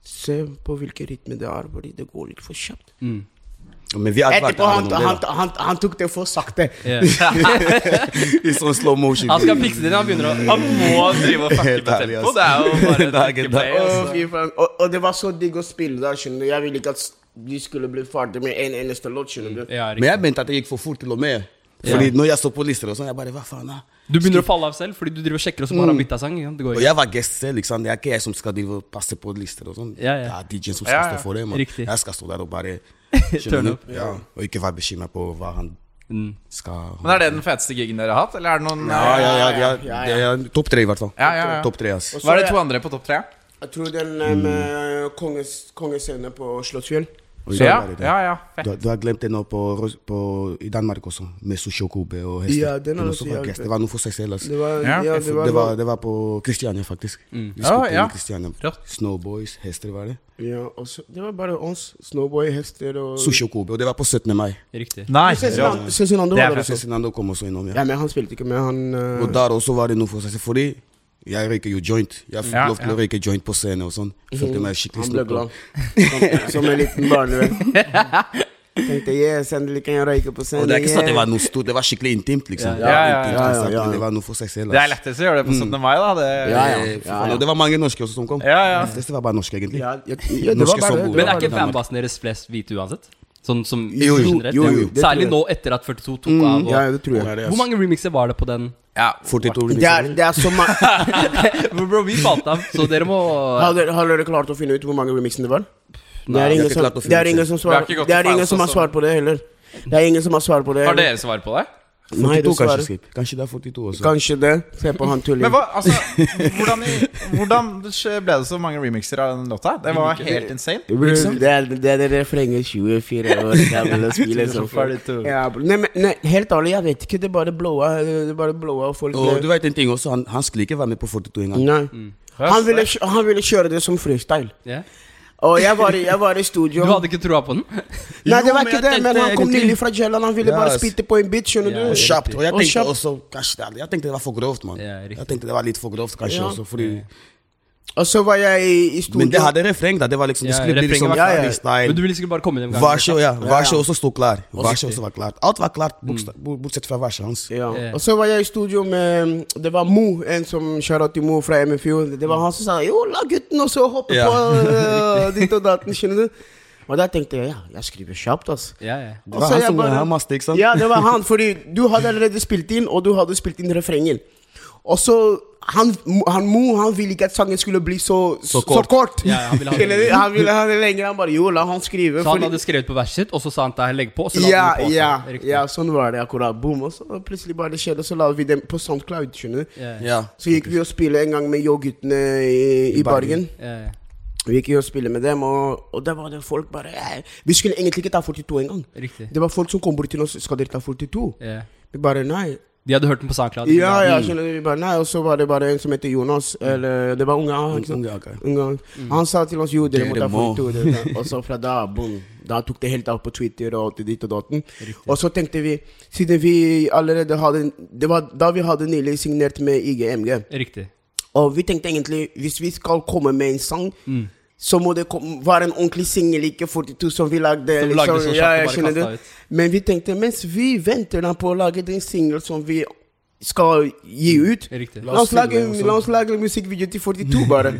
Speaker 2: se på hvilken rytme det er, fordi det går litt for kjapt.
Speaker 4: Men vi har vært
Speaker 2: Etterpå han,
Speaker 4: gjennom det. *laughs*
Speaker 2: han,
Speaker 4: da.
Speaker 2: han, han tok det for sakte.
Speaker 1: Ja.
Speaker 4: I sånn slow motion.
Speaker 1: Han skal fikse det når han begynner å
Speaker 3: Han må drive og fucke
Speaker 4: Helt
Speaker 3: på
Speaker 4: ærlig,
Speaker 3: tempo.
Speaker 4: ass.
Speaker 3: Det er jo bare
Speaker 4: Det er ikke
Speaker 3: trykke play.
Speaker 4: det.
Speaker 3: ass.
Speaker 2: Å, fy faen. Og, og det var så digg å spille der, skjønner du. Jeg ville ikke at s- de skulle bli ferdig med en eneste låt, skjønner du.
Speaker 1: Ja,
Speaker 4: Men
Speaker 1: riktig.
Speaker 4: jeg mente at det gikk for fort til og med. Fordi når jeg så på lister og sånn, jeg bare hva faen da?
Speaker 1: Du begynner å falle av selv fordi du driver og sjekker, og så bare har han bytta sang. ikke sant? Det går
Speaker 4: Og
Speaker 1: ikke.
Speaker 4: jeg var guest selv, ikke sant? Det er ikke jeg som skal drive og passe på lister og sånn.
Speaker 1: Ja, ja.
Speaker 4: Det er DJ-en som
Speaker 3: Ja,
Speaker 4: skal
Speaker 3: ja.
Speaker 4: stå for det. Man.
Speaker 1: Riktig.
Speaker 4: Jeg skal stå der og bare
Speaker 1: Turn
Speaker 4: du?
Speaker 1: up.
Speaker 4: Ja. Og ikke være bekymra på hva han skal
Speaker 3: Men er det den feteste gigen dere har hatt? Eller er det noen
Speaker 4: Ja, ja, ja. ja, ja, Topp tre, i hvert fall.
Speaker 3: Ja, ja, ja.
Speaker 4: Topp tre, ass.
Speaker 2: Og så
Speaker 3: Hva er
Speaker 2: er-
Speaker 3: det to andre på topp tre?
Speaker 2: Jeg tror den
Speaker 4: Mm.
Speaker 2: eh, med konges, kongescene på Slottsfjell.
Speaker 4: Og
Speaker 3: Ja,
Speaker 4: der,
Speaker 3: ja, ja.
Speaker 4: Du,
Speaker 3: Fett.
Speaker 4: har- du har glemt det nå på, Ros- på, i Danmark også, med sushi og kube og hester.
Speaker 2: Ja, den har
Speaker 4: var
Speaker 2: også
Speaker 4: også var
Speaker 2: jeg
Speaker 4: guest.
Speaker 2: glemt.
Speaker 4: Det var noe for seg selv, ass.
Speaker 2: Det var,
Speaker 3: Ja,
Speaker 2: ja,
Speaker 3: jeg
Speaker 2: det var,
Speaker 4: Det var, det var på Kristiania, faktisk.
Speaker 2: Mm.
Speaker 4: Vi
Speaker 3: Ja,
Speaker 4: spilte
Speaker 3: ja.
Speaker 4: i Kristiania.
Speaker 3: Rått.
Speaker 4: Snowboys, hester var det.
Speaker 2: ja, og så- det var bare oss. Snowboy, hester og
Speaker 4: Sushi og Kobe, og det var på 17. mai.
Speaker 1: Riktig.
Speaker 3: Nei, rått.
Speaker 2: Cezinando- Cezinando
Speaker 3: Det er
Speaker 2: var der
Speaker 3: fett.
Speaker 2: også.
Speaker 4: Cezinando kom også innom, ja.
Speaker 2: Ja, men han spilte ikke med han eh,
Speaker 4: Og der også var det noe for seg, selv, fordi jeg røyker jo joint. Jeg fikk
Speaker 3: Ja,
Speaker 4: lov til å røyke joint på scenen og sånn. Følte meg skikkelig
Speaker 2: Han ble
Speaker 4: snopp.
Speaker 2: glad. Som- Som en liten barnevenn. Tenkte yes, endelig kan jeg røyke på scenen.
Speaker 4: Og det er ikke sånn at det
Speaker 2: yeah.
Speaker 4: var noe stort, det var skikkelig intimt, liksom.
Speaker 3: Ja, ja, ja,
Speaker 4: Intimt,
Speaker 2: ja, ja,
Speaker 4: liksom,
Speaker 2: ja, ja.
Speaker 4: men Det var noe for seg selv.
Speaker 3: Det er
Speaker 4: ass.
Speaker 3: lettest å gjøre det på 17. mai, da. Det,
Speaker 2: Mm. Ja,
Speaker 4: Eh, for
Speaker 2: ja, ja,
Speaker 4: faen,
Speaker 2: ja.
Speaker 4: Og det var mange norske også som kom.
Speaker 3: Ja, ja.
Speaker 4: De fleste var bare norske, egentlig.
Speaker 2: Ja, ja, ja, det var
Speaker 4: Norske
Speaker 2: bare det.
Speaker 4: samboere.
Speaker 2: det
Speaker 1: Men
Speaker 2: var
Speaker 1: er ikke
Speaker 2: bare det.
Speaker 1: fanbasen deres flest hvite uansett? Sånn som
Speaker 4: Jo, jo,
Speaker 1: generelt?
Speaker 2: jo, jo, det tror
Speaker 1: Særlig
Speaker 2: jeg.
Speaker 1: nå etter at 42 tok av.
Speaker 2: Ja,
Speaker 1: Og,
Speaker 2: det tror jeg.
Speaker 4: Det er det,
Speaker 1: hvor
Speaker 4: ass.
Speaker 1: mange remixer var det på den? *laughs*
Speaker 4: 42
Speaker 2: Det er,
Speaker 4: remixer.
Speaker 2: det er så mange
Speaker 1: Bro, vi falt av, så dere må
Speaker 2: har, dere- har dere klart å finne ut hvor mange remixene det var? Det
Speaker 4: Nei, vi
Speaker 2: er
Speaker 4: har
Speaker 2: ingen
Speaker 4: ikke
Speaker 2: som,
Speaker 4: klart å finne
Speaker 2: det er
Speaker 4: ut selv.
Speaker 2: ingen som,
Speaker 3: Vi har
Speaker 2: svar,
Speaker 3: ikke gått
Speaker 2: det
Speaker 3: til
Speaker 2: er ingen som
Speaker 4: altså.
Speaker 2: har
Speaker 3: Fausto,
Speaker 2: svar på det heller. Det er ingen som har svar på det
Speaker 3: Har
Speaker 2: heller.
Speaker 3: dere svar på det?
Speaker 2: Nei,
Speaker 4: 42
Speaker 2: dessverre.
Speaker 4: kanskje, Skip. Kanskje det er 42 også.
Speaker 2: Kanskje det. Se på han
Speaker 3: Men
Speaker 2: tullingen.
Speaker 3: hva,
Speaker 2: *laughs*
Speaker 3: altså, hvordan, i- hvordan ble det så mange remixer av den låta? Det var helt insane.
Speaker 2: Det er det, er det refrenget 24 år
Speaker 4: *laughs*
Speaker 2: gammel og spiller som far. Ja, bro. nei, men, nei, helt ærlig, jeg vet ikke. Det bare blowa Det bare blowa folk.
Speaker 4: Og du Mm.
Speaker 2: ble-
Speaker 4: vet en ting også, han, han skulle ikke være med på 42 engang.
Speaker 2: Nei. Han ville, kjø- han ville kjøre det som freestyle.
Speaker 1: Ja.
Speaker 2: Og jeg var, i- jeg var i studio.
Speaker 1: Du hadde ikke troa på den?
Speaker 2: Nei, det
Speaker 4: Jo,
Speaker 2: var
Speaker 4: men
Speaker 2: ikke
Speaker 4: jeg
Speaker 2: det, men
Speaker 4: tenkte
Speaker 2: han kom
Speaker 4: egentlig-
Speaker 2: nylig fra Jylland. Han ville bare
Speaker 4: Yes.
Speaker 2: spytte på en bit, skjønner
Speaker 1: Ja,
Speaker 2: du.
Speaker 4: Og kjapt. Og jeg
Speaker 2: Og
Speaker 4: tenkte
Speaker 2: kjapt.
Speaker 4: også kanskje det, er- jeg tenkte det var for grovt, mann.
Speaker 1: Ja, riktig.
Speaker 4: jeg tenkte det var litt for grovt, kanskje
Speaker 2: Ja.
Speaker 4: også. Fordi,
Speaker 2: Og så var jeg i, i studio.
Speaker 4: men det hadde refreng, da. Det var liksom, det
Speaker 1: Ja,
Speaker 4: skulle bli
Speaker 1: refrenget
Speaker 4: liksom
Speaker 1: var
Speaker 2: klart.
Speaker 4: freestyle.
Speaker 1: Men du ville sikkert bare komme inn en gang?
Speaker 4: Verset ja. Verset
Speaker 2: ja.
Speaker 4: også sto klar. Verset også var klart. Alt var klart, boksta- bo- bortsett fra verset hans.
Speaker 2: Ja.
Speaker 1: Ja.
Speaker 2: Og så var jeg i studio med um, Det var Mo, en som Charlotte til Mo fra MFU. Det var han som sa 'jo, la gutten også hoppe
Speaker 4: Ja.
Speaker 2: på
Speaker 4: *laughs*
Speaker 2: uh, ditt og datten', skjønner du. Og da tenkte jeg ja, jeg skriver kjapt, altså.
Speaker 1: Ja, ja.
Speaker 4: Det var han som var hamast, ikke sant?
Speaker 2: Ja, det var han, fordi du hadde allerede spilt inn, og du hadde spilt inn refrengen. Og så han, han Mo han ville ikke at sangen skulle bli så, så kort.
Speaker 4: kort.
Speaker 2: Så kort.
Speaker 1: Ja, han
Speaker 2: *laughs*
Speaker 1: ville ha det
Speaker 2: Skjønner du? han ville ha det lenger. Han bare jo, la han skrive.
Speaker 1: Så han
Speaker 2: fordi-
Speaker 1: hadde skrevet på verset sitt, og så sa han at jeg legger på, og så la
Speaker 2: ja,
Speaker 1: han den på.
Speaker 2: ja,
Speaker 1: seg. Riktig.
Speaker 2: ja, sånn var det akkurat. Boom. Og så plutselig bare det skjedde, og så la vi dem på SoundCloud. skjønner du?
Speaker 1: Ja, ja.
Speaker 4: Ja.
Speaker 2: Så gikk vi og spilte en gang med yo-guttene i, i Bargen.
Speaker 1: Ja, ja.
Speaker 2: Vi gikk jo og spilte med dem, og, og der var det folk bare eh, Vi skulle egentlig ikke ta 42 engang.
Speaker 1: Riktig.
Speaker 2: Det var folk som kom bort til oss skal dere ta 42.
Speaker 1: Ja.
Speaker 2: Vi bare nei.
Speaker 1: De hadde hørt den på SoundCloud? Mm.
Speaker 2: Ja, ja, skjønner du. Vi bare nei. Og så var det bare en som heter Jonas. Eller det var unge. Han, ikke sant?
Speaker 4: Unge, ok.
Speaker 2: Unge, han. han sa til oss jo, dere må
Speaker 4: Dere
Speaker 2: ta
Speaker 4: må.
Speaker 2: 42. dere må ta- Og så fra da, boom. Da tok det helt av på Twitter og til ditt og datten. Og så tenkte vi, siden vi allerede hadde Det var da vi hadde nylig signert med IGMG.
Speaker 1: Riktig.
Speaker 2: Og vi tenkte egentlig hvis vi skal komme med en sang,
Speaker 1: Mm.
Speaker 2: så må det kom, være en ordentlig singel, ikke 42 som vi lagde.
Speaker 1: Som
Speaker 2: liksom.
Speaker 1: lagde så kjapt
Speaker 2: ja,
Speaker 1: og
Speaker 2: jeg
Speaker 1: bare
Speaker 2: skjønner
Speaker 1: kastet
Speaker 2: det.
Speaker 1: ut.
Speaker 2: Men vi tenkte mens vi venter da på å lage den singel som vi skal gi ut
Speaker 1: Mm, Riktig. Mm.
Speaker 2: La oss lage, la oss lage en musikkvideo til 42,
Speaker 1: *laughs*
Speaker 2: bare. Og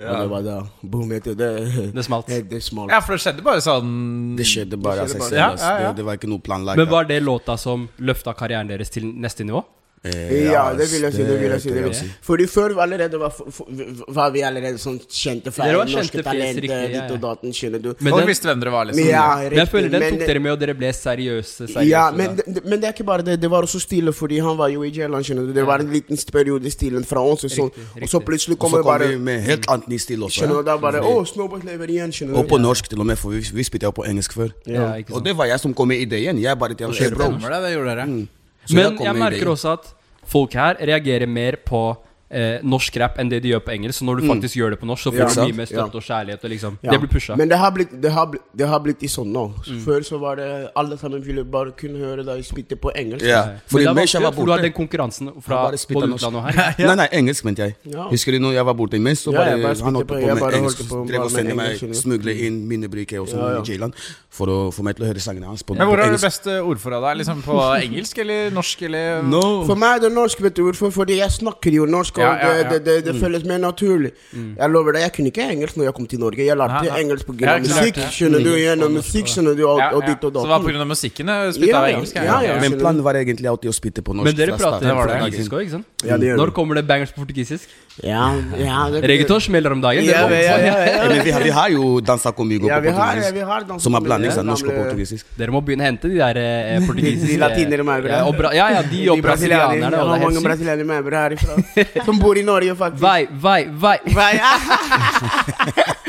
Speaker 2: det var da boom, etter det.
Speaker 1: Det smalt.
Speaker 2: Det, det smalt.
Speaker 3: Ja, for det skjedde bare sånn
Speaker 4: Det skjedde bare av seg selv.
Speaker 3: Ja,
Speaker 4: ass.
Speaker 3: ja, ja.
Speaker 4: Det, det var ikke noe planlagt.
Speaker 1: Men var det låta som løfta karrieren deres til neste nivå?
Speaker 4: Eh,
Speaker 2: Ja,
Speaker 4: ass,
Speaker 2: det vil jeg si. det vil jeg si, det
Speaker 4: kan
Speaker 2: vil jeg si. Fordi før var allerede var, for- for- var vi allerede sånn kjente fra
Speaker 1: Dere var
Speaker 2: norske
Speaker 1: kjente fjes,
Speaker 2: talenter,
Speaker 1: riktig, ja, ja.
Speaker 2: ditt og datten, skjønner du.
Speaker 1: Men
Speaker 3: Folk
Speaker 1: den,
Speaker 3: visste hvem dere var, liksom.
Speaker 2: Men ja,
Speaker 1: men jeg føler den
Speaker 2: men
Speaker 1: tok
Speaker 2: det-
Speaker 1: dere med, og dere ble seriøse. seriøse
Speaker 2: Ja,
Speaker 1: da.
Speaker 2: men, det- men det er ikke bare det. Det var også stille, fordi han var jo i Jylland, skjønner du. Det var en liten periode stille fra oss, og så,
Speaker 1: Riktig,
Speaker 2: og så
Speaker 1: riktig.
Speaker 2: plutselig
Speaker 4: Og så
Speaker 2: kommer
Speaker 4: kom vi
Speaker 2: bare
Speaker 4: med helt annet nistil også.
Speaker 2: Skjønner du,
Speaker 4: ja.
Speaker 2: da bare Å, Snowboard lever igjen, skjønner
Speaker 4: Og
Speaker 2: du.
Speaker 4: på norsk til og med, for vi, vi spilte jo på engelsk før.
Speaker 1: Ja, ikke
Speaker 4: Og
Speaker 1: sant.
Speaker 4: det var jeg som kom med ideen. Jeg bare til
Speaker 1: kjører
Speaker 4: hey,
Speaker 1: på.
Speaker 4: bro.
Speaker 3: Stemmer det, det gjorde dere.
Speaker 4: Mm. Så
Speaker 1: Men
Speaker 4: kom
Speaker 1: jeg
Speaker 4: med
Speaker 1: merker
Speaker 4: ideer.
Speaker 1: også at folk her reagerer mer på eh, norsk rap enn det de gjør på engelsk. Så når du faktisk gjør det på norsk, så får
Speaker 2: Mm. Ja,
Speaker 1: du
Speaker 4: sant?
Speaker 1: mye mer
Speaker 2: Ja.
Speaker 1: støtte og kjærlighet. Og liksom,
Speaker 2: Ja.
Speaker 1: Det blir Mm. pusha.
Speaker 2: Men det har blitt, det har blitt, det har blitt i sånn nå. Før så var det alle sammen ville bare kunne høre deg spytte på engelsk.
Speaker 4: Ja,
Speaker 1: Men
Speaker 4: fordi
Speaker 1: det er
Speaker 4: mens jeg
Speaker 1: vanskelig,
Speaker 4: var
Speaker 1: for du har
Speaker 4: borte
Speaker 1: den konkurransen fra
Speaker 4: Han bare
Speaker 1: både
Speaker 4: spyttet norsk.
Speaker 2: *laughs*
Speaker 1: utlandet og her.
Speaker 4: *laughs* Nei, nei, engelsk mente jeg.
Speaker 2: Ja.
Speaker 4: Husker du når jeg var borte imens? Så
Speaker 2: Ja,
Speaker 4: bare,
Speaker 2: jeg bare
Speaker 4: han
Speaker 2: spilte
Speaker 4: holdt
Speaker 2: på-
Speaker 4: på
Speaker 2: jeg
Speaker 4: med
Speaker 2: bare
Speaker 4: engelsk.
Speaker 2: holdt på
Speaker 4: Drev
Speaker 2: bare
Speaker 4: og
Speaker 2: med
Speaker 4: sendte meg
Speaker 2: engelsk, ja.
Speaker 4: smugle inn minnebriket og sånn
Speaker 2: Ja, ja.
Speaker 4: i Jayland for å få meg til å høre sangene hans på,
Speaker 3: Men
Speaker 4: på
Speaker 3: hvor er det
Speaker 4: engelsk.
Speaker 3: beste ordforrådet? Er Liksom
Speaker 2: *laughs*
Speaker 3: på engelsk eller norsk eller
Speaker 4: No.
Speaker 2: For meg er det norsk, vet du hvorfor? Fordi jeg snakker jo norsk, og
Speaker 3: Ja, ja, ja.
Speaker 2: det, det, det, det føles mer naturlig. Jeg lover deg, jeg kunne ikke engelsk når jeg kom til Norge. Jeg lærte
Speaker 3: Nei, nei.
Speaker 2: engelsk på
Speaker 3: Ja,
Speaker 2: grunn av
Speaker 3: ikke sant,
Speaker 2: musikk,
Speaker 3: ja.
Speaker 2: skjønner du, gjennom musikk, skjønner du, og,
Speaker 3: Ja,
Speaker 2: og
Speaker 3: ja.
Speaker 2: ditt og
Speaker 3: Så det var
Speaker 2: datt.
Speaker 3: pga. musikken? jeg Spyttet
Speaker 2: Ja,
Speaker 3: av
Speaker 2: ja.
Speaker 3: engelsk?
Speaker 2: Ja, ja.
Speaker 4: Men planen var egentlig alltid å spytte på norsk.
Speaker 1: Men dere
Speaker 4: fra starten.
Speaker 1: prater
Speaker 3: var
Speaker 1: på
Speaker 3: det.
Speaker 1: engelsk òg, ikke sant?
Speaker 2: Ja, det gjør
Speaker 1: Når
Speaker 2: du.
Speaker 1: kommer det bangers på portugisisk?
Speaker 2: Ja, ja, det-
Speaker 1: Reggaeton smeller om dagen. det
Speaker 2: Ja, ja,
Speaker 1: må-
Speaker 2: ja, ja, ja.
Speaker 4: Eh, men vi, har, vi har jo dansa conmigo
Speaker 2: Ja,
Speaker 4: på
Speaker 2: vi har-
Speaker 4: portugisisk.
Speaker 2: vi har dansa
Speaker 4: som er
Speaker 2: conmigo,
Speaker 4: blanding av
Speaker 2: gamle-
Speaker 4: norsk og portugisisk.
Speaker 1: Dere må begynne å hente de der
Speaker 2: *laughs*
Speaker 1: eh, portugisiske
Speaker 2: De latinere med øyne.
Speaker 1: ja, og bra, ja, ja, de og
Speaker 2: De
Speaker 1: brasilianerne.
Speaker 2: Jeg
Speaker 1: Og
Speaker 2: har
Speaker 1: det er
Speaker 2: mange
Speaker 1: helt sykt.
Speaker 2: brasilianere med meg herifra. Som bor i Norge, faktisk.
Speaker 1: Vei, vei, vei.
Speaker 2: Vei.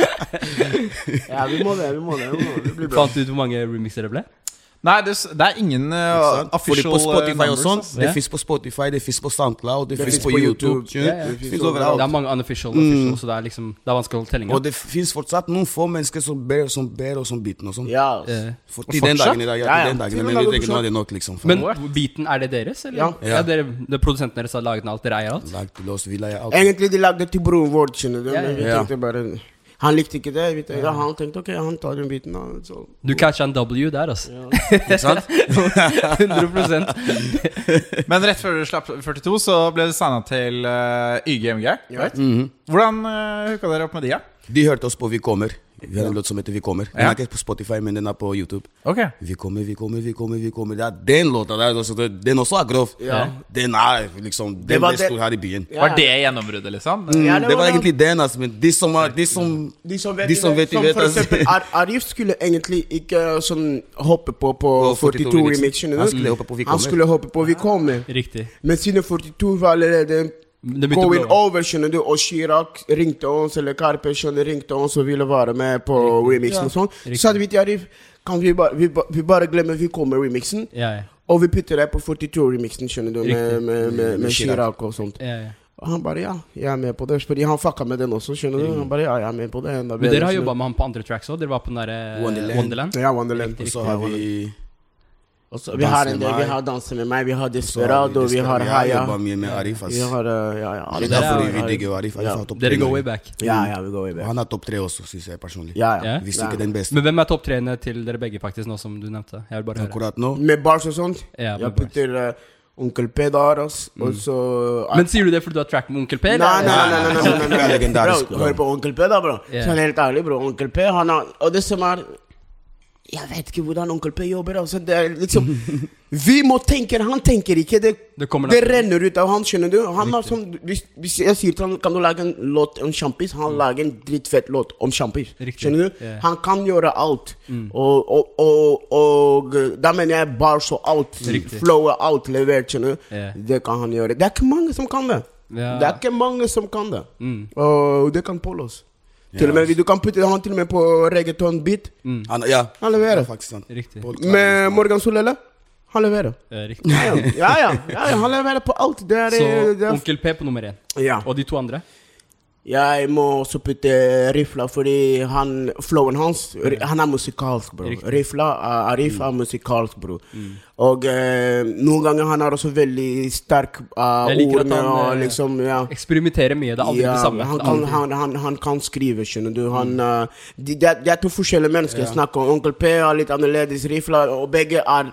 Speaker 2: *laughs* ja, vi må det. Vi må det. Vi må det. det blir bra.
Speaker 1: Fant du ut hvor mange remixer det ble?
Speaker 3: Nei, det, s- det er ingen uh,
Speaker 4: Sant? Fordi
Speaker 3: official
Speaker 4: på Spotify og
Speaker 3: numbers, altså.
Speaker 4: sånn.
Speaker 3: ass.
Speaker 4: Det
Speaker 1: Ja.
Speaker 4: fins på Spotify, det fins på SoundCloud, det fins på YouTube.
Speaker 2: Ja, ja.
Speaker 4: skjønner du?
Speaker 2: Det
Speaker 4: Det
Speaker 2: finnes
Speaker 4: finnes
Speaker 2: overalt.
Speaker 1: Det
Speaker 4: overalt.
Speaker 1: er mange unofficial, official, så det er liksom Det er vanskelig å holde tellinga.
Speaker 4: Og det fins fortsatt noen få mennesker som ber, som ber og som biter og sånn.
Speaker 2: Ja. ass.
Speaker 1: Eh,
Speaker 4: For til den
Speaker 3: Fortsatt?
Speaker 4: dagen i dag.
Speaker 2: Ja,
Speaker 4: Ja,
Speaker 2: ja.
Speaker 4: til den dagen. Men
Speaker 2: Til den dagen
Speaker 4: i dag
Speaker 2: fortsatt.
Speaker 4: er det nok, liksom.
Speaker 1: Men
Speaker 4: for-
Speaker 1: beaten, er det deres? Eller?
Speaker 2: Ja.
Speaker 1: ja dere, det er Produsenten deres har laget den alt? Dere eier alt?
Speaker 4: Lagt til oss, vi leier alt.
Speaker 2: Egentlig de lagde til broren vår, skjønner du.
Speaker 1: Ja, ja.
Speaker 2: Men vi
Speaker 4: Ja.
Speaker 2: tenkte bare Han likte ikke det. Vi tenkte, ja, han tenkte ok, han tar den biten. da, Så.
Speaker 1: Du catcha en W der, altså. *laughs*
Speaker 4: Ikke sant?
Speaker 1: 100
Speaker 3: Men rett før du slapp 42, så ble det signa til uh, YGMG.
Speaker 2: Ja.
Speaker 3: Right? Hvordan uh, hooka dere opp med de, da?
Speaker 4: Mhm. De hørte oss på Vi kommer. Vi har en låt som heter Vi kommer. Den er ikke på Spotify, men den er på YouTube.
Speaker 3: Ok
Speaker 4: Vi kommer, vi kommer, vi kommer. vi kommer Det er den låta der. altså, det- Den også er grov. Den er liksom Den
Speaker 2: var
Speaker 4: ble
Speaker 2: det-
Speaker 4: stor her i byen.
Speaker 2: Ja,
Speaker 3: Var
Speaker 2: ja.
Speaker 3: det gjennombruddet, liksom?
Speaker 2: Ja, det
Speaker 4: Det
Speaker 2: var
Speaker 4: var
Speaker 2: det.
Speaker 4: egentlig den, altså. Men de som er De som
Speaker 2: De som vet,
Speaker 4: De som vet, de vet,
Speaker 2: for
Speaker 4: altså. *laughs*
Speaker 2: eksempel Ar Arif skulle egentlig ikke uh, sånn, hoppe på på
Speaker 4: På 42 remixen.
Speaker 2: 42-remix, skjønner du.
Speaker 4: Han skulle hoppe på Vi
Speaker 2: Han
Speaker 4: kommer.
Speaker 2: skulle hoppe på Vi kommer.
Speaker 1: Riktig.
Speaker 2: Men siden 42 var allerede
Speaker 1: Det begynte å
Speaker 2: going
Speaker 1: blåse.
Speaker 2: over, skjønner du, og Chirag ringte oss, eller Karpe skjønner, ringte oss og ville være med på remixen og sånn, så sa vi til Arif kan vi, bare, vi, ba- vi bare glemmer vi kommer remixen,
Speaker 1: Ja, ja.
Speaker 2: og vi putter deg på 42-remixen, skjønner du, med,
Speaker 1: Riktig.
Speaker 2: med, med, med
Speaker 4: Chirag.
Speaker 2: Chirag og sånt.
Speaker 1: ja, ja.
Speaker 2: Og han bare ja, jeg er med på det. Fordi han fucka med den også, skjønner du. Han bare ja, jeg er med på det. enda
Speaker 1: Men
Speaker 2: bedre,
Speaker 1: dere har
Speaker 2: skjønner
Speaker 1: jobba med han på andre tracks òg? Dere var på den derre
Speaker 4: Wonderland.
Speaker 1: Wonderland?
Speaker 2: du. Ja, Wonderland.
Speaker 4: Og så har vi
Speaker 2: Og så- Vi har
Speaker 4: Danse
Speaker 2: en
Speaker 4: med
Speaker 2: del. Vi
Speaker 4: meg.
Speaker 2: har Danse med meg, vi har
Speaker 4: så har
Speaker 2: Desperado, vi har Haya.
Speaker 4: jobba mye med Arif, altså. ass.
Speaker 2: Vi har eh, ja, ja.
Speaker 4: Det er
Speaker 1: Dere
Speaker 4: derfor
Speaker 1: er-
Speaker 4: vi digger jo Arif. Arif
Speaker 2: Ja.
Speaker 4: er topp
Speaker 1: Dere
Speaker 4: tre.
Speaker 1: går way back.
Speaker 2: Ja, ja, vi går i
Speaker 4: Og
Speaker 2: det.
Speaker 4: Han er topp tre også, syns jeg personlig.
Speaker 2: Ja, ja.
Speaker 1: Ja.
Speaker 4: Hvis
Speaker 2: Ja.
Speaker 4: ikke den beste.
Speaker 1: Men hvem er topp treene til dere begge, faktisk, nå som du nevnte? Jeg vil bare høre.
Speaker 4: Akkurat nå
Speaker 2: Med bars og sånt.
Speaker 1: Ja, med
Speaker 2: jeg
Speaker 1: bars.
Speaker 2: putter eh, Onkel P der, ass. Og så
Speaker 1: Men sier du det fordi du har track med Onkel P?
Speaker 2: Nei,
Speaker 1: eller?
Speaker 2: nei, nei, nei, nei, nei,
Speaker 4: Onkel
Speaker 1: *laughs*
Speaker 4: P er
Speaker 2: nei, nei.
Speaker 4: legendarisk,
Speaker 2: Bro,
Speaker 4: bro.
Speaker 2: Hør på Onkel P, da, bro.
Speaker 1: Ja.
Speaker 2: Sånn helt ærlig, bro. Onkel P, han har Og det som er Jeg vet ikke hvordan Onkel P jobber. Altså, det er
Speaker 1: *laughs*
Speaker 2: liksom Vi må tenke, han tenker ikke. Det,
Speaker 1: Det kommer
Speaker 2: det
Speaker 1: nok-
Speaker 2: renner ut av han, skjønner du. Han har sånn hvis, hvis jeg sier til han kan du lage en låt om sjampis, han lager en drittfett låt om sjampis.
Speaker 1: Riktig.
Speaker 2: Skjønner du?
Speaker 1: Ja. Mm.
Speaker 2: Han kan gjøre alt. Og, og, og, og da mener jeg bars og alt.
Speaker 1: Riktig.
Speaker 2: Flowet, alt levert, skjønner du.
Speaker 1: Ja.
Speaker 2: Det kan han gjøre. Det er ikke mange som kan det.
Speaker 1: Ja. Mm.
Speaker 2: Det er ikke mange som kan det. Og det kan Polos. Til og med, du kan putte han til og med på reggaeton-beat.
Speaker 1: Mm.
Speaker 4: han, Ja,
Speaker 2: Han leverer.
Speaker 4: faktisk sant.
Speaker 1: Riktig.
Speaker 4: Folk-
Speaker 2: Med Morgan Solele. Han leverer.
Speaker 1: Eh, riktig.
Speaker 2: *laughs* Ja ja. ja, ja. ja, ja. Han leverer på alt. Det
Speaker 1: *laughs*
Speaker 2: er,
Speaker 1: Så
Speaker 2: det er
Speaker 1: Onkel P på nummer én.
Speaker 2: ja.
Speaker 1: Og de to andre?
Speaker 2: Jeg må også putte Rifla fordi han, flowen hans ri- Han er musikalsk, bro.
Speaker 1: Riktig. Mm.
Speaker 2: Rifla eh, Arif er musikalsk, bro. Og eh, noen ganger han er også veldig sterk av
Speaker 1: Jeg liker at
Speaker 2: ordene
Speaker 1: han,
Speaker 2: og
Speaker 1: eh,
Speaker 2: liksom ja.
Speaker 1: Eksperimenterer mye. Det er aldri det samme.
Speaker 2: Han
Speaker 1: Det er
Speaker 2: kan,
Speaker 1: aldri-
Speaker 2: han, han, han kan skrive, skjønner du. Han, eh, de, det er- det er to forskjellige mennesker jeg snakker om. Onkel P er litt annerledes, Rifla, og begge er